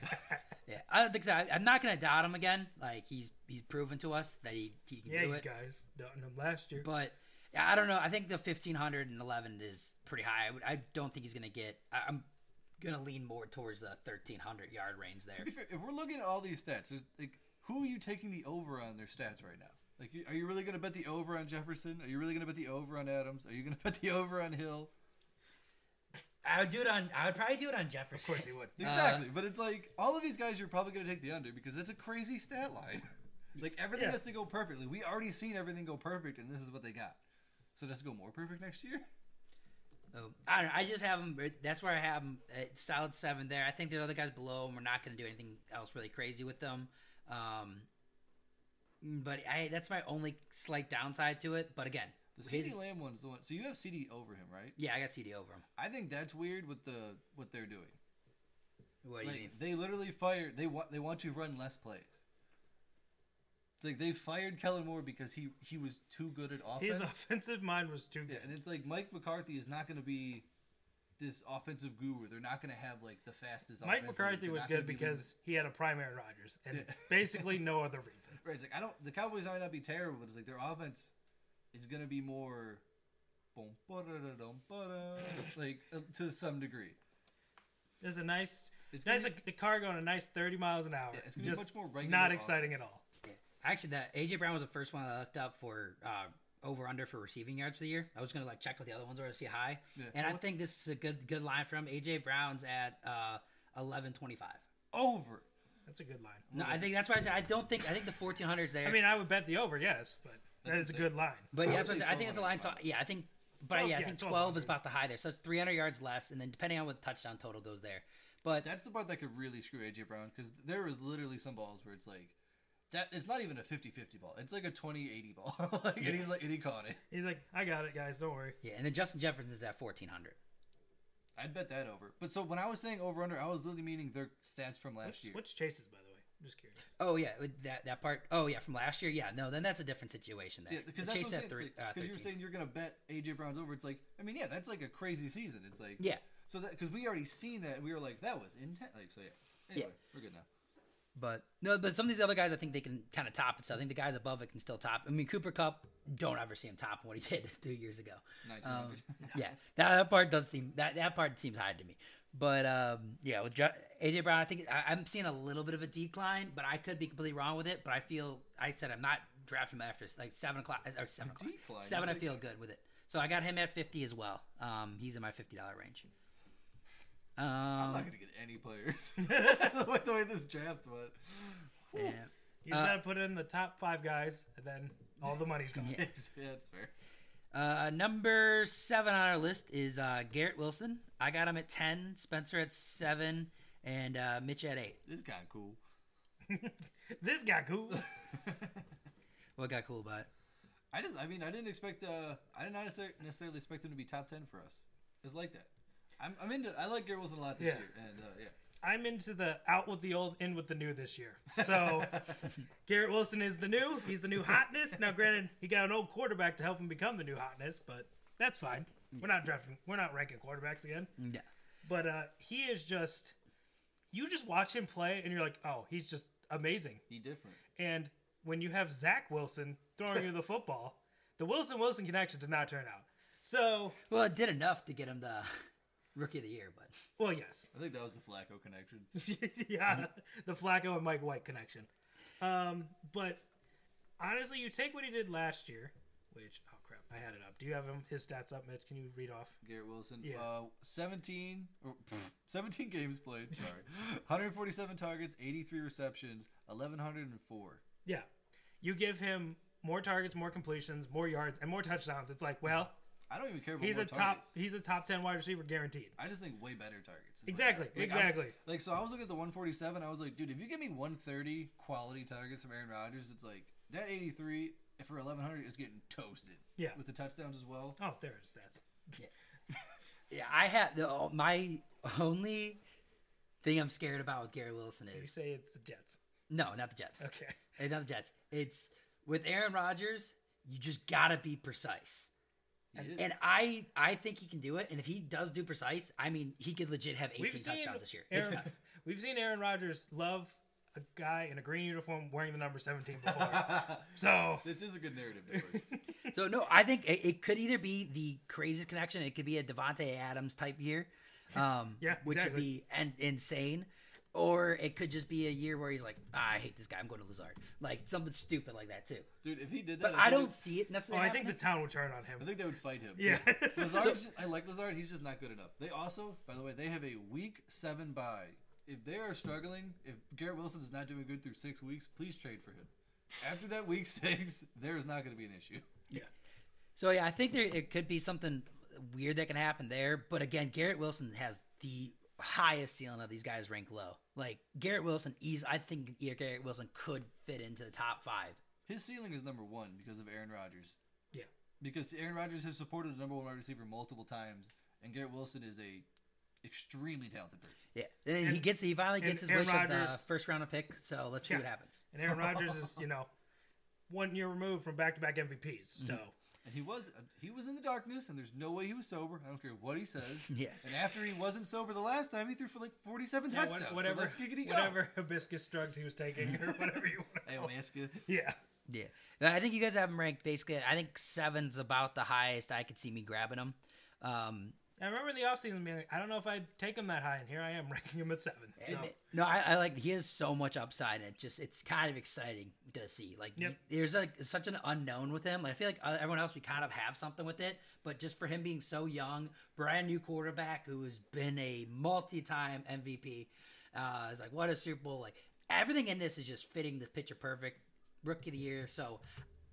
Yeah, I don't think so. I, I'm not gonna doubt him again. Like he's he's proven to us that he, he can Yeah, do you it. guys. Doubting him last year. But yeah, I don't know. I think the fifteen hundred and eleven is pretty high. I, would, I don't think he's going to get. I, I'm going to lean more towards the 1,300 yard range to there. be fair, if we're looking at all these stats, there's like who are you taking the over on their stats right now? Like, you- are you really going to bet the over on Jefferson? Are you really going to bet the over on Adams? Are you going to bet the over on Hill? I would do it on. I would probably do it on Jefferson. of course he would. Uh, Exactly, but it's like all of these guys you're probably going to take the under because that's a crazy stat line. like everything Yeah. has to go perfectly. We already seen everything go perfect, and this is what they got. So does it go more perfect next year? So, oh, I don't. know. I just have him. That's where I have him. At solid seven there. I think the other guys below him. We're not going to do anything else really crazy with them. Um, but I. That's my only slight downside to it. But again, The CD his- Lamb one's the one. So you have CD over him, right? yeah, I got CD over him. I think that's weird with the what they're doing. What do you mean? Like, they literally fired. They want. They want to run less plays. It's like they fired Kellen Moore because he he was too good at offense. His offensive mind was too yeah, good. and it's like Mike McCarthy is not going to be this offensive guru. They're not going to have like the fastest. offense Mike in the league. McCarthy They're was not gonna good be the- because he had a primary Rodgers and Yeah. basically no other reason. right. It's like I don't. The Cowboys might not be terrible, but it's like their offense is going to be more. boom, ba-da-da-dum, ba-da, Like uh, to some degree, There's a nice, It's nice gonna like the car going a nice 30 miles an hour. Yeah, it's gonna be Just much more regular Not exciting offense. at all. Actually, that AJ Brown was the first one I looked up for uh, over under for receiving yards for the year. I was gonna like check with the other ones where to see high, Yeah. and I think this is a good good line from AJ Brown's at uh, eleven twenty five. Over. That's a good line. No, I think that's why I said I don't think I think the fourteen hundred is there. I mean, I would bet the over, yes, but That's that is a insane. good line. But I yeah, would that's what I, say said. I think it's a line. 1200 's So yeah, I think. But Twelve- yeah, I yeah, think 1200. twelve is about the high there. So it's three hundred yards less, and then depending on what the touchdown total goes there. But That's the part that could really screw AJ Brown because there was literally some balls where it's like that. It's not even a 50-50 ball. It's like a 20-80 ball. like, And he's like, and he caught it. He's like, I got it, guys. Don't worry. yeah, and then Justin Jefferson's at fourteen hundred. I'd bet that over. But so when I was saying over under, I was literally meaning their stats from last What's, year. what's Chase's, by the way? I'm just curious. Oh yeah, with that that part. Oh yeah, from last year. Yeah, no, then that's a different situation there. Yeah, because The that's Chase what I'm at saying. Because three- uh, you were 13. saying you're gonna bet AJ Brown's over. It's like, I mean, yeah, that's like a crazy season. It's like, Yeah. So that because we already seen that, and we were like, that was intense. Like, so yeah. Anyway, we're good now. But no, but some of these other guys, I think they can kind of top it. So I think the guys above it can still top. I mean, Cooper Cup, don't ever see him top what he did two years ago. Nineteen Um, hundred. yeah, that, that part does seem that that part seems high to me. But um, yeah, with Ju- AJ Brown, I think I, I'm seeing a little bit of a decline, but I could be completely wrong with it. But I feel I said I'm not drafting him after like seven o'clock or seven o'clock. Decline, Seven, I is it? feel good with it. So I got him at fifty as well. Um, he's in my fifty dollar range. Um, I'm not gonna get any players. the, way, the way this draft went. yeah. You Uh, just gotta put in the top five guys, and then all the money's gone. Yeah. yeah, that's fair. Uh, number seven on our list is uh, Garrett Wilson. I got him at ten. Spencer at seven, and uh, Mitch at eight. This is kind of cool. This guy cool. What got cool about it? I just, I mean, I didn't expect. Uh, I did not necessar- necessarily expect him to be top ten for us. It's like that. I'm, I'm into. I like Garrett Wilson a lot this Yeah. year, and uh, yeah. I'm into the out with the old, in with the new this year. So uh, Garrett Wilson is the new. He's the new hotness. Now, granted, he got an old quarterback to help him become the new hotness, but that's fine. We're not drafting. We're not ranking quarterbacks again. Yeah. But uh, he is just. You just watch him play, and you're like, oh, he's just amazing. He different. And when you have Zach Wilson throwing you the football, the Wilson Wilson connection did not turn out. So, Well, it did enough to get him the rookie of the year, but well, yes, I think that was the Flacco connection. yeah, the Flacco and Mike White connection. Um, but honestly, you take what he did last year, which oh crap, I had it up. Do you have him his stats up, Mitch? Can you read off? Garrett Wilson. Yeah. Uh, 17, or, pff, 17 games played. Sorry. 147 targets, 83 receptions, 1,104. Yeah, you give him more targets, more completions, more yards, and more touchdowns. It's like, well, I don't even care about he's more a top, targets. he's a top ten wide receiver guaranteed. I just think way better targets. is what I- Exactly, I'm- exactly. like, so I was looking at the 147. I was like, dude, if you give me 130 quality targets from Aaron Rodgers, it's like that 83 for 1,100 is getting toasted. Yeah. With the touchdowns as well. Oh, there are his stats. yeah, I had the, oh, my only thing I'm scared about with Gary Wilson You is say it's the Jets. no, not the Jets. Okay. It's not the Jets. It's with Aaron Rodgers, you just gotta be precise. He And, is. and I I think he can do it. And if he does do precise, I mean he could legit have 18 We've seen touchdowns this year. It's Aaron, nuts. we've seen Aaron Rodgers love a guy in a green uniform wearing the number 17 before. so this is a good narrative. Network. So no, I think it, it could either be the craziest connection. It could be a Devonte Adams type year, um, Yeah, which exactly. would be an, insane, or it could just be a year where he's like, ah, I hate this guy. I'm going to Lazard, like something stupid like that too. dude, if he did that. But if I he did- don't see it oh, necessarily. I think the happening. town will turn on I him. think they would fight him. Yeah. Lazard, So- is just- I like Lazard. He's just not good enough. They also, by the way, they have a week seven bye. If they are struggling, if Garrett Wilson is not doing good through six weeks, please trade for him. After that week six, there is not going to be an issue. yeah. so yeah, I think there it could be something weird that can happen there. But again, Garrett Wilson has the highest ceiling of these guys ranked low. Like Garrett Wilson, eas I think Garrett Wilson could fit into the top five. His ceiling is number one because of Aaron Rodgers. Yeah. Because Aaron Rodgers has supported the number one wide receiver multiple times, and Garrett Wilson is a extremely talented person. Yeah, and, he And- gets he finally and gets his Aaron wish of the Rodgers- first round of pick. So let's see Yeah. what happens. And Aaron Rodgers is, you know, one year removed from back to back Mm-hmm. MVPs. So And he was uh, he was in the darkness, and there's no way he was sober. I don't care what he says. Yeah. And after he wasn't sober the last time, he threw for like 47 yeah, touchdowns. what- So whatever, let's giggity go. whatever hibiscus drugs he was taking or whatever you Oh. want to call it. Ayahuasca. Yeah. Yeah, But I think you guys have them ranked basically. I think seven's about the highest I could see me grabbing them. Um, I remember in the offseason being like, I don't know if I'd take him that high, and here I am ranking him at seven. So, No, I, I like he has so much upside. It just it's kind of exciting to see. Like Yep. he- there's like such an unknown with him. Like, I feel like uh, everyone else we kind of have something with it, but just for him being so young, brand new quarterback who has been a multi-time MVP, uh, it's like what a Super Bowl. Like everything in this is just fitting the picture perfect. Rookie of the year, so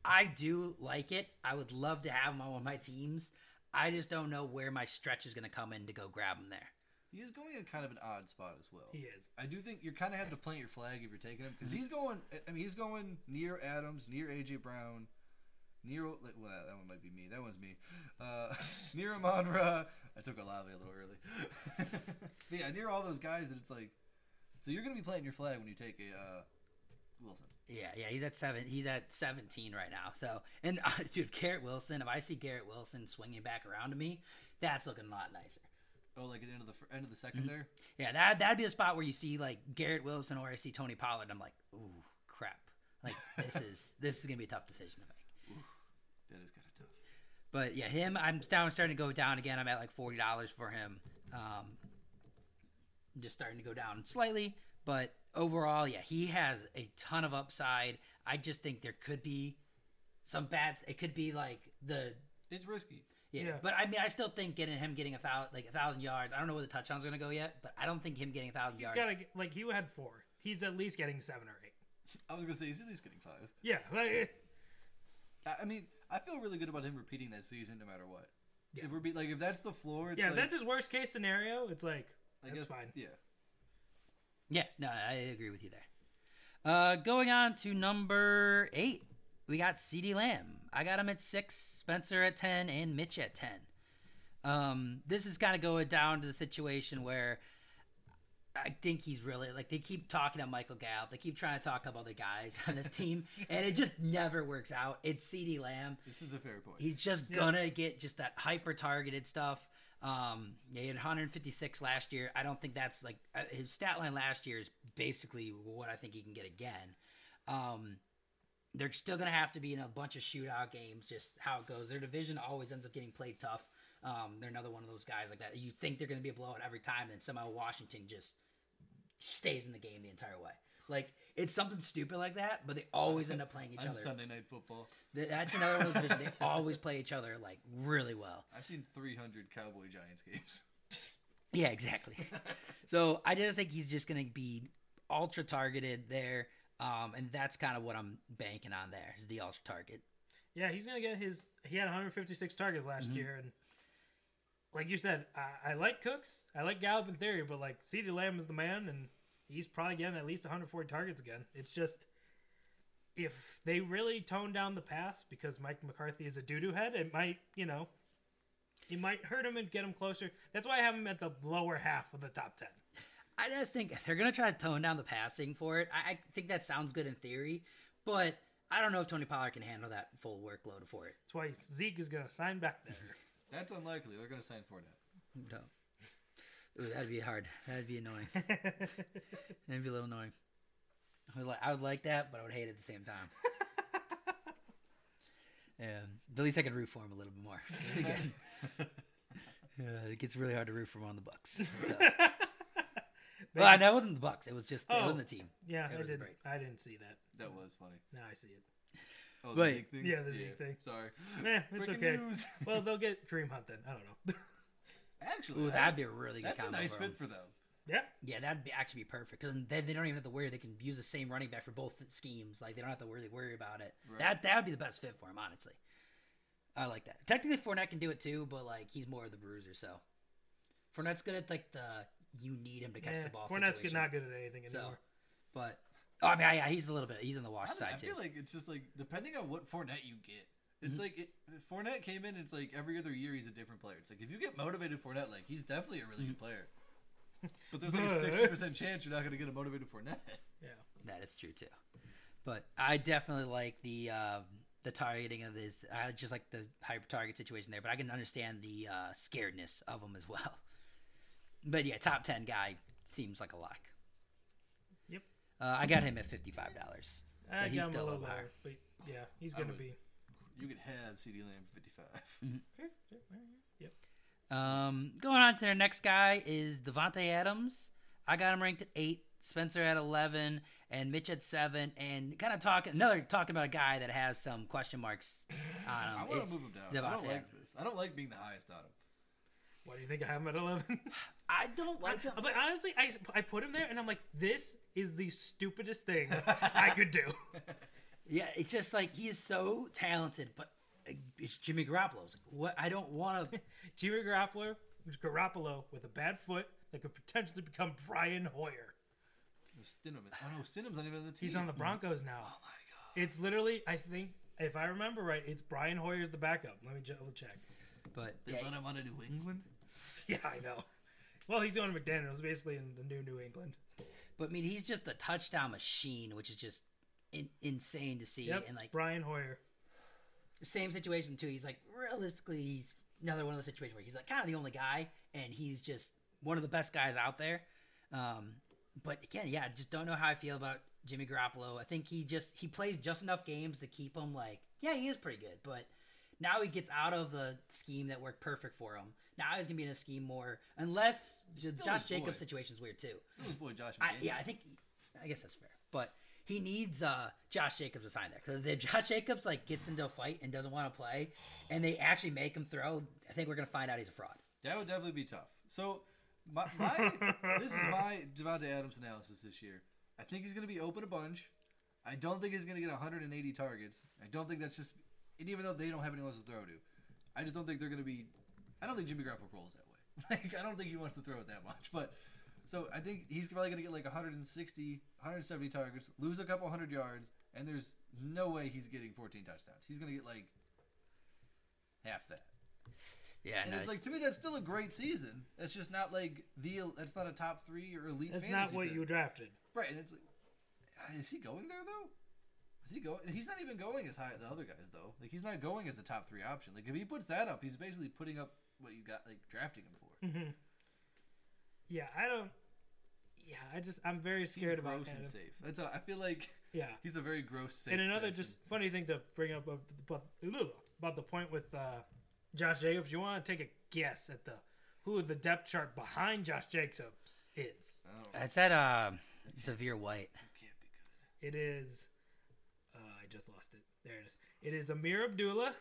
I do like it. I would love to have him on one of my teams. I just don't know where my stretch is going to come in to go grab him there. He is going in kind of an odd spot as well. he is. I do think you're kind of have to plant your flag if you're taking him because he's going. I mean, he's going near Adams, near AJ Brown, near. Well, that one might be me. That one's me. Uh, near Amonra. I took Olave a little early. but yeah, near all those guys that it's like. So you're gonna be planting your flag when you take a uh, Wilson. Yeah, yeah, he's at seven. He's at seventeen right now. So, and uh, dude, Garrett Wilson. If I see Garrett Wilson swinging back around to me, that's looking a lot nicer. Oh, like at the end of the fir- end of the Mm-hmm. 2nd there. Yeah, that that'd be a spot where you see like Garrett Wilson or I see Tony Pollard. I'm like, ooh, crap. Like this is this is gonna be a tough decision to make. That is kind of tough. But yeah, him. I'm down, starting to go down again. I'm at like forty dollars for him. Um, just starting to go down slightly, but overall, yeah, he has a ton of upside. I just think there could be some bad. It could be like the It's risky. yeah, Yeah. but I mean, I still think getting him getting a thousand like a thousand yards. I don't know where the touchdown's gonna go yet, but I don't think him getting a thousand He's yards. got to, like, he had four. He's at least getting seven or eight. I was gonna say he's at least getting five. Yeah. like, I, I mean, I feel really good about him repeating that season no matter what. Yeah. If we're be like, if that's the floor, it's yeah, like, if that's his worst case scenario. It's like, I that's guess- fine. Yeah. Yeah, no, I agree with you there. Uh, going on to number eight, we got C.D. Lamb. I got him at six, Spencer at ten, and Mitch at ten. Um, this is kind of going down to the situation where I think he's really like they keep talking about Michael Gallup, they keep trying to talk up other guys on this team, and it just never works out. It's C.D. Lamb. This is a fair point. He's just Yeah. gonna get just that hyper targeted stuff. Um, yeah, he had 156 last year. I don't think that's like uh, his stat line last year is basically what I think he can get again. Um, they're still gonna have to be in a bunch of shootout games, just how it goes. Their division always ends up getting played tough. Um, they're another one of those guys like that. You think they're gonna be a blowout every time, and somehow Washington just stays in the game the entire way. Like it's something stupid like that, but they always end up playing each on other. Sunday Night Football. Th- That's another one of those divisions. They always play each other like really well. I've seen 300 Cowboy Giants games. Yeah, exactly. so I just think he's just going to be ultra targeted there. Um, and that's kind of what I'm banking on there is the ultra target. Yeah, he's gonna get his. He had 156 targets last Mm-hmm. Mhm. year, and like you said, I, I like Cooks, I like Gallup in theory, but like Ceedee Lamb is the man, and he's probably getting at least 140 targets again. It's just if they really tone down the pass because Mike McCarthy is a doo doo head, it might you know it might hurt him and get him closer. That's why I have him at the lower half of the top ten. I just think they're going to try to tone down the passing for it. I, I think that sounds good in theory, but I don't know if Tony Pollard can handle that full workload for it. That's why Zeke is gonna sign back there. That's unlikely. They're going to sign Fournette. No. Ooh, that'd be hard. That'd be annoying. That'd be a little annoying. I would like, I would like that, but I would hate it at the same time. yeah, at least I could root for him a little bit more. Again. Yeah, it gets really hard to root for him on the Bucks. So. Well, I know it wasn't the Bucks. It was just it Oh. wasn't the team. yeah, That I was didn't. great. I didn't see that. That was funny. Now I see it. Oh, Mm. Wait. the Zeke thing? Yeah, the Zeke thing. Sorry. Eh, it's Breaking okay. news. well, they'll get Kareem Hunt then. I don't know. Actually, Ooh, that- that'd be a really good. that's a combo nice for fit for them. them. Yeah, Yeah, that'd be actually be perfect because then they don't even have to worry. They can use the same running back for both schemes. Like they don't have to really worry about it. Right. That that would be the best fit for him, honestly. I like that. Technically, Fournette can do it too, but like he's more of the bruiser. So Fournette's good at like the you need him to catch yeah. the ball. Fournette's good, situation. not good at anything So, anymore. but oh, I mean, yeah, he's a little bit. He's on the I, wash don't know, I side too. feel like it's just like, depending on what Fournette you get, Mm-hmm. it's like it, if Fournette came in, it's like every other year he's a different player. It's like if you get motivated Fournette, like he's definitely a Mm-hmm. really good player. But there's like But- a 60% chance you're not going to get a motivated Fournette. yeah, That is true too. But I definitely like the um, the targeting of this. I just like the hyper target situation there, but I can understand the uh, scaredness of him as well. But yeah, top ten guy seems like a lock. Yep. Uh, I got him at fifty five dollars. So I he's got him a still a little liar. lower, but yeah, he's I gonna would- be. You could have CD Lamb 55. Yep. Um, going on to their next guy is Devonte Adams. I got him ranked at eight, Spencer at eleven, and Mitch at seven. And kind of talking another talking about a guy that has some question marks on I him. want It's to move him down. I Devontae don't like Adams. this. I don't like being the highest on him. Why do you think I have him at eleven? I don't like him. but honestly, I, I put him there, and I'm like, this is the stupidest thing I could do. Yeah, it's just like he is so talented, but uh, it's Jimmy Garoppolo. It's like, what? I don't want to. Jimmy Garoppolo, Garoppolo with a bad foot that could potentially become Brian Hoyer. No, Stidham. is- Oh no, Stidham's not even on the team. He's Hmm. on the Broncos now. Oh my It's literally, I think, if I remember right, it's Brian Hoyer's the backup. Let me double check. But god. They yeah, let him out of New England. Yeah, I know. Well, he's going to McDaniel's, basically in the new New England. but I mean, he's just a touchdown machine, which is just in, insane to see. Yep, and it's like Brian Hoyer. same situation too. He's like realistically, he's another one of those situations where he's like kind of the only guy, and he's just one of the best guys out there. Um, but again, yeah, I just don't know how I feel about Jimmy Garoppolo. I think he just he plays just enough games to keep him like, yeah, he is pretty good, but now he gets out of the scheme that worked perfect for him. Now he's gonna be in a scheme more, unless the Still Josh his boy. Jacobs situation's weird too. Still his boy Josh I, McDaniels. yeah, I think I guess that's fair. But he needs uh, Josh Jacobs to sign there because if Josh Jacobs like gets into a fight and doesn't want to play, and they actually make him throw, I think we're gonna find out he's a fraud. That would definitely be tough. So, my, my this is my Devontae Adams analysis this year. I think he's going to be open a bunch. I don't think he's going to get 180 targets. I don't think that's just, and even though they don't have anyone else to throw to, I just don't think they're going to be. I don't think Jimmy Garoppolo rolls that way. Like, I don't think he wants to throw it that much. But so I think he's probably going to get like 160, 170 targets, lose a couple hundred yards, and there's no way he's getting 14 touchdowns. He's going to get like half that. Yeah, And it's like to me that's still a great season. That's just not like the that's not a top three or elite. That's fantasy not what pick. you drafted. right. And it's like, uh, is he going there though? Is he going? He's not even going as high as the other guys though. Like he's not going as a top three option. Like if he puts that up, he's basically putting up what you got like drafting him for. Mm-hmm. Yeah, I don't. Yeah, I just I'm very He's scared about gross that. and safe. That's a, I feel like Yeah, he's a very gross safe. and another person. just funny thing to bring up ab- about, about the point with uh, Josh Jacobs. You want to take a guess at the who the depth chart behind Josh Jacobs is? I don't know, it's at uh, severe white. it can't be good. It is. Uh, I just lost it. There it is. It is Amir Abdullah,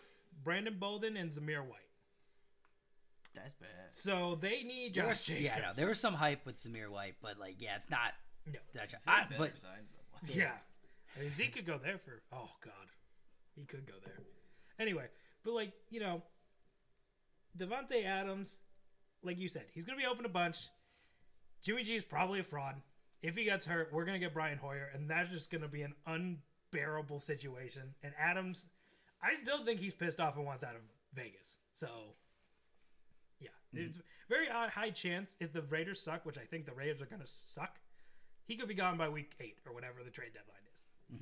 Brandon Bolden, and Zamir White. That's bad. So they need There Josh was, Jacobs. yeah, no, there was some hype with Samir White, but like, yeah, it's not. No. That, I, I, but signs someone. Yeah. I mean, Zeke could go there for. Oh, God. He could go there. Anyway, but, like, you know, Devontae Adams, like you said, he's going to be open a bunch. Jimmy G is probably a fraud. If he gets hurt, we're going to get Brian Hoyer, and that's just going to be an unbearable situation. And Adams, I still think he's pissed off and wants out of Vegas. So, yeah. It's very odd- high chance if the Raiders suck, which I think the Raiders are going to suck he could be gone by week eight or whatever the trade deadline is.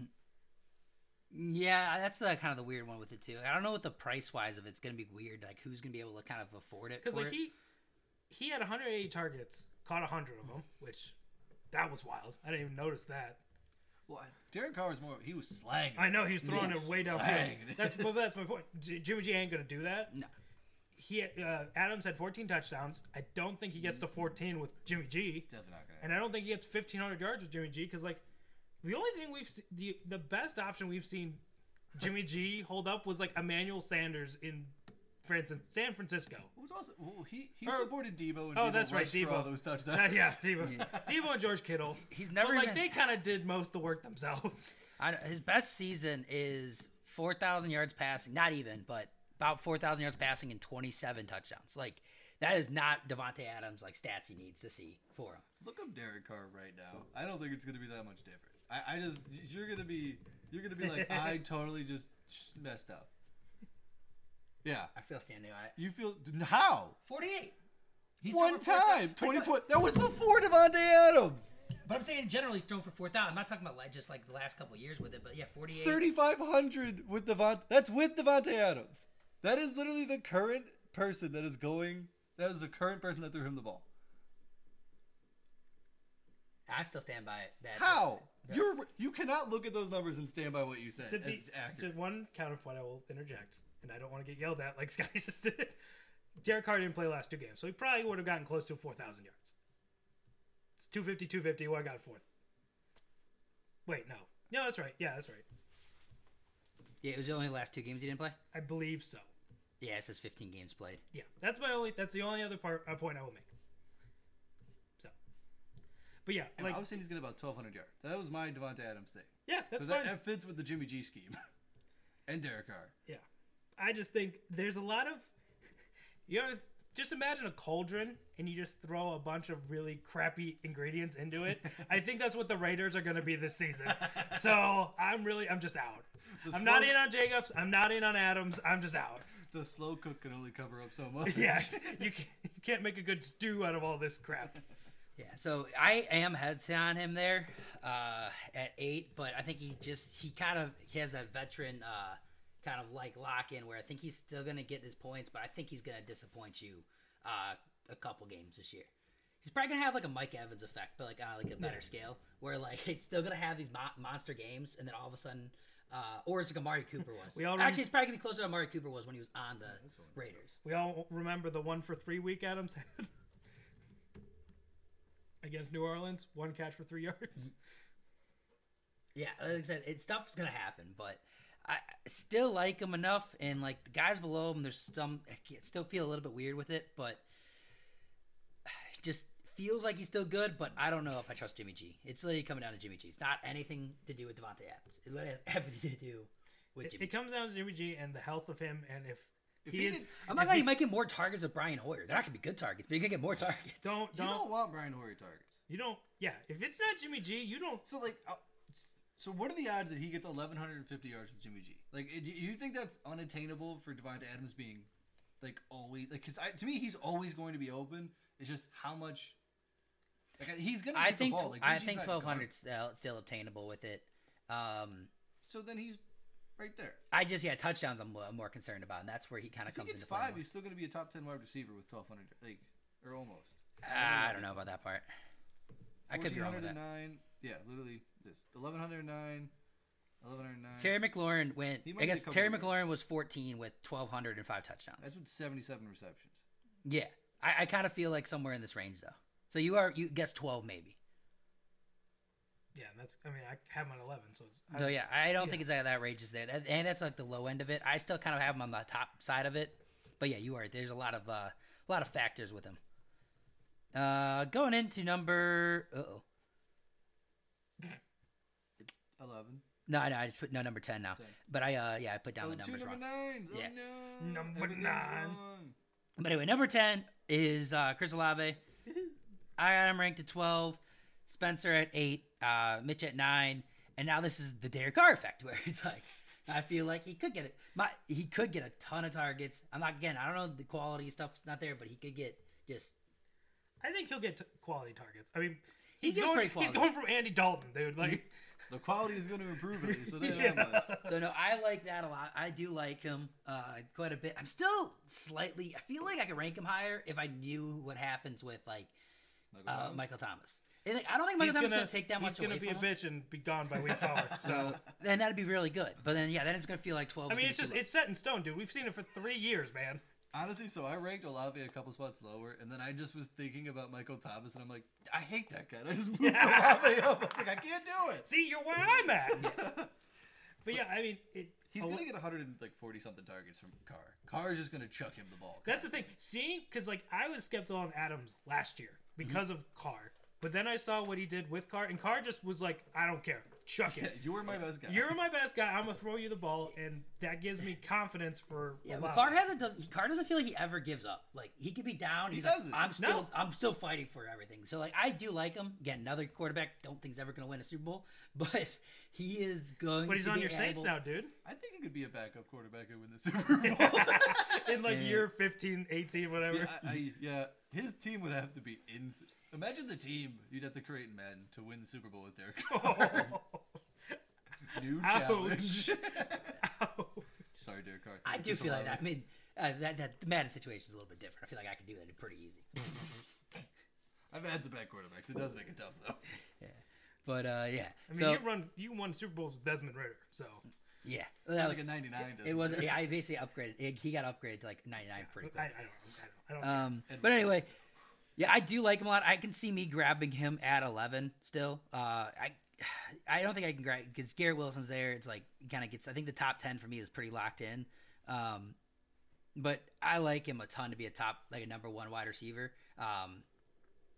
yeah, that's the kind of the weird one with it too. I don't know what the price wise of it's gonna be weird. Like, who's gonna be able to kind of afford it? Because for like it. he he had 180 targets, caught 100 of them, which that was wild. I didn't even notice that. Well, I- Derek Carr was more. He was slang. I know he was throwing Yes. it way downfield. Dang. That's but that's my point. J- Jimmy G ain't gonna do that. No. He uh, Adams had 14 touchdowns. I don't think he gets to 14 with Jimmy G, Definitely not gonna. and I don't think he gets 1500 yards with Jimmy G. Because like the only thing we've se- the the best option we've seen Jimmy G hold up was like Emmanuel Sanders in, for instance, San Francisco. It was also well, he he Or- supported Debo and Oh, Debo that's right, rushed for all Debo. those touchdowns. Uh, yeah, Debo. Debo and George Kittle. he's never but, like even- they kind of did most of the work themselves. I, don't- his best season is 4,000 yards passing, not even, but about 4,000 yards passing and 27 touchdowns. Like, that is not Devonte Adams like stats he needs to see for him. Look up Derek Carr right now. I don't think it's gonna be that much different. I, I just you're gonna be you're gonna be like I totally just messed up. Yeah, I feel standing on it. you feel how 48. He's one thrown for 4,000 time pretty twenty much. twenty. That was before Devontae Adams. But I'm saying in general he's thrown for 4,000. I'm not talking about like, just like the last couple of years with it, but yeah, 48. Thirty five hundred with Devont. That's with Devontae Adams. That is literally the current person that is going. That is the current person that threw him the ball. I still stand by it. That How you're you cannot look at those numbers and stand by what you said. To be as accurate. to one counterpoint, I will interject, and I don't want to get yelled at like Scotty just did. Derek Carr didn't play the last two games, so he probably would have gotten close to 4,000 yards. It's 250, 250. What I got a fourth. Wait, no. No, that's right. Yeah, that's right. Yeah, it was only the last two games he didn't play. I believe so. Yeah, it says 15 games played. Yeah, that's my only. That's the only other part uh, point I will make. So, but yeah, And like I was saying he's getting about 1,200 yards. That was my Devonte Adams thing. yeah, that's so that, fine. that fits with the Jimmy G scheme and Derek Carr. Yeah. I just think there's a lot of you ever just imagine a cauldron and you just throw a bunch of really crappy ingredients into it. I think that's what the Raiders are going to be this season. So, I'm really I'm just out. The I'm not slow- in on Jacobs, I'm not in on Adams, I'm just out. The slow cook can only cover up so much. Yeah. You can't, you can't make a good stew out of all this crap. Yeah, so I am heads on him there uh, at eight, but I think he just he kind of he has that veteran uh, kind of like lock in where I think he's still gonna get his points, but I think he's gonna disappoint you uh, a couple games this year. He's probably gonna have like a Mike Evans effect, but like on like a better scale, where like it's still gonna have these mo- monster games, and then all of a sudden, uh, or it's like Amari Cooper was. We all rem- actually it's probably gonna be closer to Amari Cooper was when he was on the Raiders. We all remember the one for 3 week Adams had against New Orleans, one catch for 3 yards. Yeah, like I said, it, stuff's gonna happen, but I I still like him enough, and like the guys below him, there's some I can't- still feel a little bit weird with it, but it just feels like he's still good. But I don't know if I trust Jimmy G. It's literally coming down to Jimmy G. It's not anything to do with Devontae Adams. It literally has everything to do with It, Jimmy. it comes down to Jimmy G and the health of him, and if, If he, he is did- I'm not if gonna he- you might get more targets with Brian Hoyer. They're not gonna be good targets, but you're gonna get more targets. don't You don't, don't want Brian Hoyer targets. you don't yeah. If it's not Jimmy G, you don't. So like, uh, so what are the odds that he gets 1150 yards with Jimmy G? Like, do you think that's unattainable for Devonta Adams being like always like? Because to me, he's always going to be open. It's just how much. Like he's gonna. get I the think ball. tw- Like, Jimmy I G's think not guard- 1200 still, still obtainable with it. Um, So then he's right there. I just yeah touchdowns I'm, I'm more concerned about, and that's where he kind of If he comes gets into play. five, more. he's still gonna be a top ten wide receiver with 1200 like or almost. Ah, I don't know about that part. I could be wrong with that. 1409 Yeah, literally this 1109, 1109. Terry McLaurin went. He might I be guess a couple Terry of them. McLaurin was 14 with 1,205 touchdowns. That's with 77 receptions. yeah, I, I kind of feel like somewhere in this range though. So you are you guess 12 maybe. Yeah, that's. I mean, I have him on eleven, so it's. I, So yeah, I don't yeah. think it's out of that range is there, That- and that's like the low end of it. I still kind of have him on the top side of it, but yeah, you are. There's a lot of uh, a lot of factors with him. Uh, going into number. Oh 11. no, no, I just put no number 10 now. Ten. But I uh yeah, I put down Oh, the two numbers wrong. number nines. Yeah. Oh no. Number Everything's nine. wrong. But anyway, number 10 is uh, Chris Olave. I got him ranked at 12, Spencer at 8, uh, Mitch at 9. And now this is the Derek Carr effect where it's like, I feel like he could get it. My, he could get a ton of targets. I'm not, again, I don't know the quality stuff's not there, but he could get just, I think he'll get t- quality targets. I mean, He he's gets going. pretty he's quality. going from Andy Dalton, dude. Like, The quality is going to improve at least. I'll tell you yeah. that much. so no, I like that a lot. I do like him uh, quite a bit. I'm still slightly, I feel like I could rank him higher if I knew what happens with like Michael uh, Thomas. Michael Thomas. And I don't think Michael Thomas is going to take that much He's gonna away be from a him. bitch and be gone by week four. So. So then that'd be really good. But then yeah, then it's gonna feel like twelve. I is mean, gonna it's be just too it's set in stone, dude. We've seen it for three years, man. Honestly, so I ranked Olave a couple spots lower, and then I just was thinking about Michael Thomas, and I'm like, I hate that guy. I just moved Olave up. I was like, I can't do it. See, you're where I'm at. But yeah, I mean, it, He's a lo- going to get 140 something targets from Carr. Carr is just going to chuck him the ball. That's the thing. Seeing, because like I was skeptical on Adams last year because of Carr, but then I saw what he did with Carr, and Carr just was like, I don't care, chuck yeah, it. you were my best guy. You're my best guy. I'm gonna throw you the ball, and that gives me confidence for. Yeah, Olave. but Carr hasn't. Does, Carr doesn't feel like he ever gives up. Like he could be down. He He's like, doesn't. I'm still. No. I'm still fighting for everything. So like, I do like him. Again, another quarterback. Don't think he's ever going to win a Super Bowl, but he is going. But he's to on be your Saints able- now, dude. I think he could be a backup quarterback and win the Super Bowl. In like Yeah. year 15, 18, whatever. yeah, I, I, yeah, his team would have to be in. Imagine the team you'd have to create in Madden to win the Super Bowl with Derek Carr. Oh. New Ouch. challenge. Ow. Sorry, Derek Carr. I do Just feel like allow that. it. I mean, uh, that that the Madden situation is a little bit different. I feel like I could do that pretty easy. I've had some bad quarterbacks. It does make it tough though. But uh, yeah. I mean, so you run, you won Super Bowls with Desmond Ritter, so Yeah, well, Not that like was- a 99 It doesn't wasn't. Yeah, I basically upgraded. it- He got upgraded to like 99 pretty I, I quick. don't. I don't. I don't Um, And- but anyway, yeah, I do like him a lot. I can see me grabbing him at 11 still. Uh, I. I don't think I can grab because Garrett Wilson's there. It's like he kind of gets. I think the top ten for me is pretty locked in, um, but I like him a ton to be a top like a number one wide receiver. Um,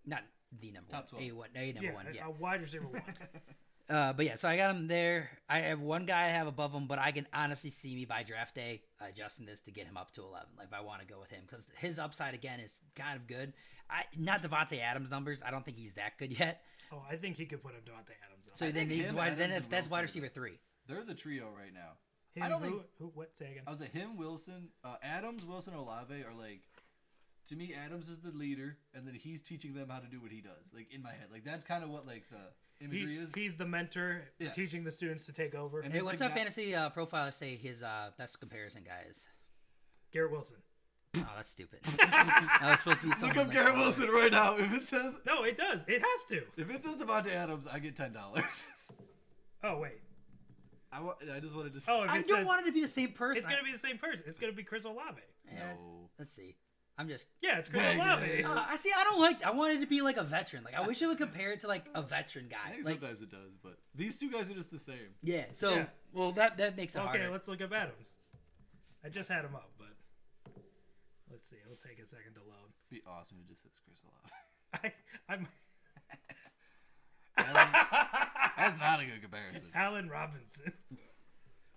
not the number Top one, 12. a one, a number yeah, one. a- Yeah, a wide receiver one. uh, but yeah, so I got him there. I have one guy I have above him, but I can honestly see me by draft day adjusting this to get him up to eleven. Like if I want to go with him because his upside again is kind of good. I not Devonte Adams numbers. I don't think he's that good yet. Oh, I think he could put up Devontae Adams. Up. So I then think he's him, wide. Then Adams, if and that's wide Wilson. receiver three. They're the trio right now. Him, I don't who, think- Who, what? Say again. I was like him, Wilson, uh, Adams, Wilson, Olave are like. To me, Adams is the leader, and then he's teaching them how to do what he does. Like in my head, like that's kind of what like the imagery He- is. he's the mentor, Yeah. teaching the students to take over. And Hey, he's what's like up, that- fantasy uh, profile? Say his uh, best comparison guy is. Garrett Wilson. Oh, that's stupid. I was supposed to be. Look someone up like- Garrett Wilson right now. If it says No, it does. It has to. if it says Devonte Adams, I get ten dollars. Oh wait. I, wa- I just wanted to. Say, Oh, if it I don't says- want it to be the same person. It's gonna be the same person. It's gonna be Chris Olave. Eh, No. Let's see. I'm just Yeah, it's Chris Dang Olave. it. Uh, I see. I don't like. I wanted to be like a veteran. Like I wish I would compare it to like a veteran I guy. think Like sometimes it does, but these two guys are just the same. yeah. So Yeah. well, that that makes it okay, harder. let's look up Adams. I just had him up, but let's see. It'll take a second to load. It'd be awesome if it just says Chris Olave. I, I'm Adam- that's not a good comparison. Alan Robinson.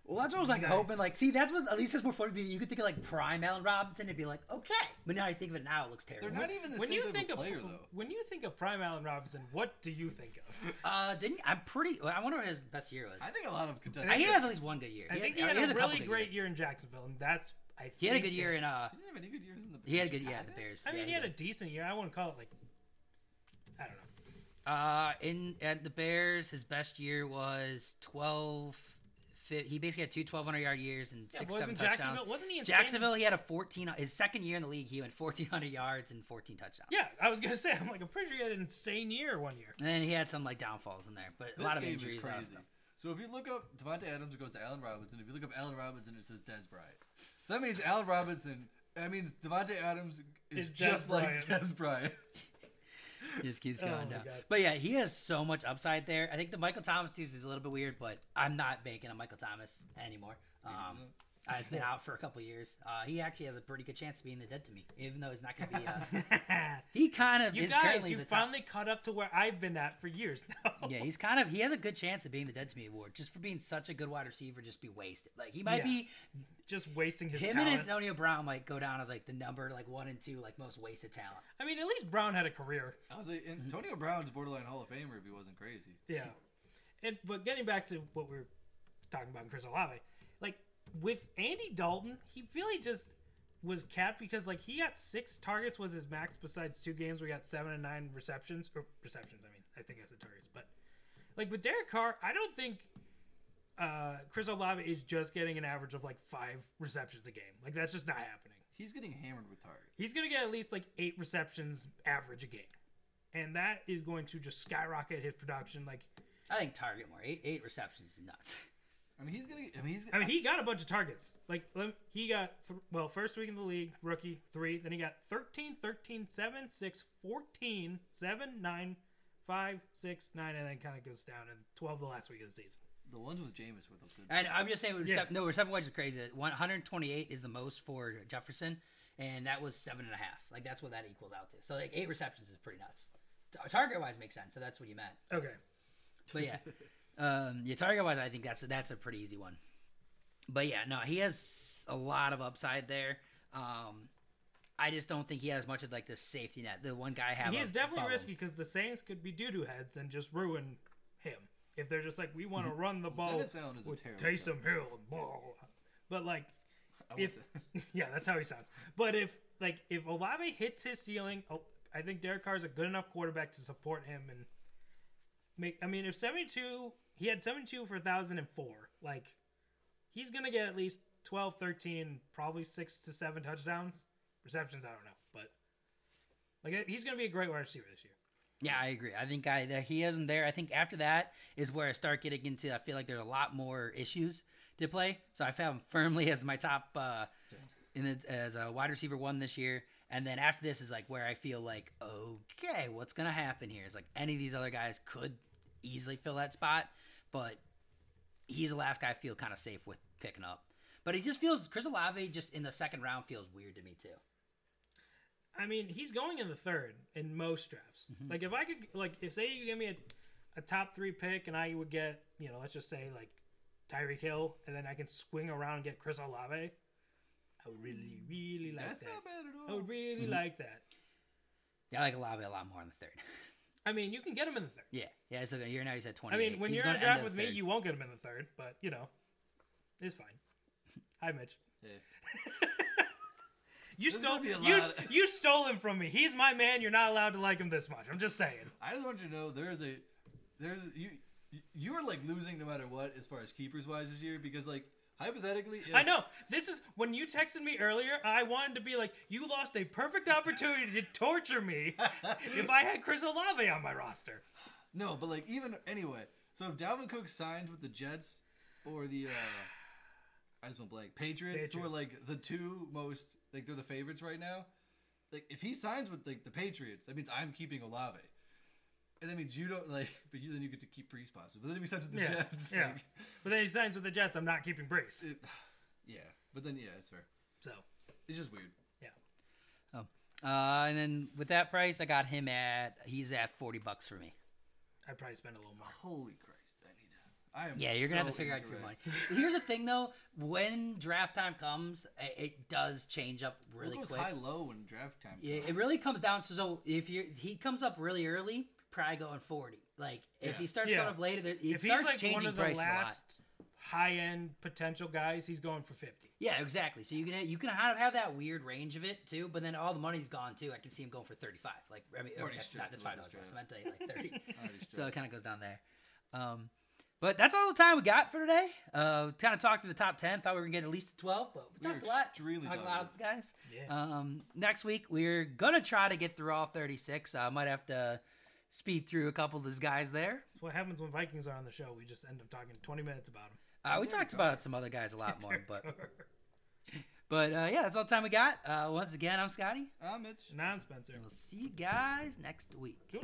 Well, that's what I was like Nice. hoping. Like, see, that's what at least it's more fun to be. You could think of like prime Allen Robinson and be like, okay. But now I think of it now, it looks They're terrible. not even the When same you type think of of player though. when you think of prime Alan Robinson, what do you think of? Uh, didn't I'm pretty. well, I wonder what his best year was. e- I think a lot of Uh, contestants. he has at least one good year. I think he uh, had has a really couple good great years. year in Jacksonville, and that's I. Think He had a good year that- in uh. He didn't have any good years in the. He had a good Bears. yeah the Bears. I mean, yeah, he had did. a decent year. I wouldn't call it like. I don't know. Uh, in at the Bears, his best year was 12. Fi- he basically had two 1,200 yard years and Yeah, six, wasn't seven touchdowns. Jacksonville? Wasn't he in Jacksonville, he had a 14. His second year in the league, he went 1,400 yards and 14 touchdowns. Yeah, I was gonna say. I'm like, I'm pretty sure he had an insane year one year. And then he had some like downfalls in there, but a This lot of game injuries. is a lot of crazy. stuff. So if you look up Devonta Adams, it goes to Allen Robinson. If you look up Allen Robinson, it says Des Bryant. So that means Allen Robinson. That means Devonta Adams is Is Dez just like Bryant. Des Bryant. He just keeps Oh going my down. God. But yeah, he has so much upside there. I think the Michael Thomas too is a little bit weird, but I'm not banking on Michael Thomas anymore. Um, I've been out for a couple years. Uh, he actually has a pretty good chance of being the dead to me, even though he's not going to be. Uh, he kind of you is guys, currently you the top- finally caught up to where I've been at for years now. Yeah, he's kind of he has a good chance of being the dead to me award just for being such a good wide receiver, just be wasted. Like he might Yeah. be Just wasting his him and talent. Antonio Brown might go down as like the number like one and two like most wasted talent. I mean, at least Brown had a career. I was like, Mhm. Antonio Brown's borderline Hall of Famer if he wasn't crazy. Yeah. And but getting back to what we were talking about in Chris Olave, like with Andy Dalton, he really just was capped because like he got six targets was his max besides two games where he got seven and nine receptions or receptions, I mean, I think I said targets, but like with Derek Carr, I don't think uh Chris Olave is just getting an average of like five receptions a game. Like that's just not happening. He's getting hammered with targets. He's gonna get at least like eight receptions average a game. And that is going to just skyrocket his production like I think target more eight eight receptions is nuts. I mean, he's gonna. I mean, he's. I mean, he got a bunch of targets. Like, lem- he got, th- well, first week in the league, rookie, three. Then he got 13, 13, 7, 6, 14, 7, 9, 5, 6, 9, and then kind of goes down, and 12 the last week of the season. the ones with Jameis were those good. And I'm just saying, Yeah. recep- no reception wise is crazy. One hundred twenty eight is the most for Jefferson, and that was seven and a half. Like that's what that equals out to. So like eight receptions is pretty nuts. Target wise makes sense. So that's what you meant. Okay. But yeah, um, yeah, target wise, I think that's that's a pretty easy one. But yeah, no, he has a lot of upside there. Um, I just don't think he has much of like the safety net. The one guy I have He up is definitely above him. risky because the Saints could be doo doo heads and just ruin him. If they're just like, we want to run the ball Dennis Allen Mm-hmm. is a Oh, with terrible Taysom Hill. and blah. But, like, I want if the- yeah, that's how he sounds. But if like if Olave hits his ceiling, oh, I think Derek Carr is a good enough quarterback to support him and make. I mean, if seventy two, he had seventy two for thousand and four. Like he's gonna get at least 12, 13, probably six to seven touchdowns, receptions. I don't know, but like he's gonna be a great wide receiver this year. Yeah, I agree. I think I that he isn't there. I think after that is where I start getting into. I feel like there's a lot more issues to play. So I have him firmly as my top uh, in the, as a wide receiver one this year. And then after this is like where I feel like, okay, what's gonna happen here? It's like any of these other guys could easily fill that spot, but he's the last guy I feel kind of safe with picking up. But he just feels Chris Olave just in the second round feels weird to me too. I mean, he's going in the third in most drafts. Mm-hmm. Like if I could, like if say you give me a, a top three pick, and I would get, you know, let's just say like Tyreek Hill, and then I can swing around and get Chris Olave. I would really, really like That's that. not bad at I all. would really Mm-hmm. like that. Yeah, I like Olave a lot more in the third. I mean, you can get him in the third. Yeah, yeah. It's like a year now. He's at twenty. I mean, when he's you're in gonna a draft end the with me, third. you won't get him in the third, but you know, it's fine. Hi, Mitch. Yeah. You There's stole gonna be a you, lot of- you stole him from me. He's my man. You're not allowed to like him this much. I'm just saying. I just want you to know there's a there's you you were like losing no matter what as far as keepers wise this year because like hypothetically if, I know. This is when you texted me earlier. I wanted to be like, you lost a perfect opportunity to torture me if I had Chris Olave on my roster. no but like even anyway so if Dalvin Cook signs with the Jets or the uh I just went blank Patriots, who are Patriots. like the two most like they're the favorites right now like if he signs with like the Patriots that means I'm keeping Olave and that means you don't like but you then you get to keep Brees possibly but then if he signs with the Yeah, Jets yeah. like, But then he signs with the Jets. I'm not keeping Brees. it, yeah but then yeah it's fair So it's just weird Uh, and then with that price, I got him at he's at forty bucks for me. I'd probably spend a little more. Holy Christ, I need to. I am. Yeah, you're gonna have so to figure out your money. incorrect. Here's the thing, though: when draft time comes, i- it does change up really it goes quick. high low in draft time. Yeah, it really comes down to so if you he comes up really early, probably going forty. Like if Yeah. he starts Yeah. going up later, there- it if he's starts like changing one of the prices a lot. last high end potential guys, he's going for fifty. Yeah, exactly. So you can you can kind of have that weird range of it too, but then all the money's gone too. I can see him going for thirty five. Like I mean, or Already that's stressed not that's about five dollars. this I meant to say, like thirty. I already so it stressed. kind of goes down there. Um, but that's all the time we got for today. Uh, kind of talked through the top ten. Thought we were gonna get at least to twelve, but we, We talked were a lot. extremely talked a talkative. lot, guys. Yeah. Um, next week we're gonna try to get through all thirty six. I might have to speed through a couple of those guys there. That's what happens when Vikings are on the show. We just end up talking twenty minutes about them. Uh, we Derek talked Carr. about some other guys a lot more, but but uh, yeah, that's all the time we got. Uh, once again, I'm Scotty. I'm Mitch. now Spencer. We'll see you guys next week.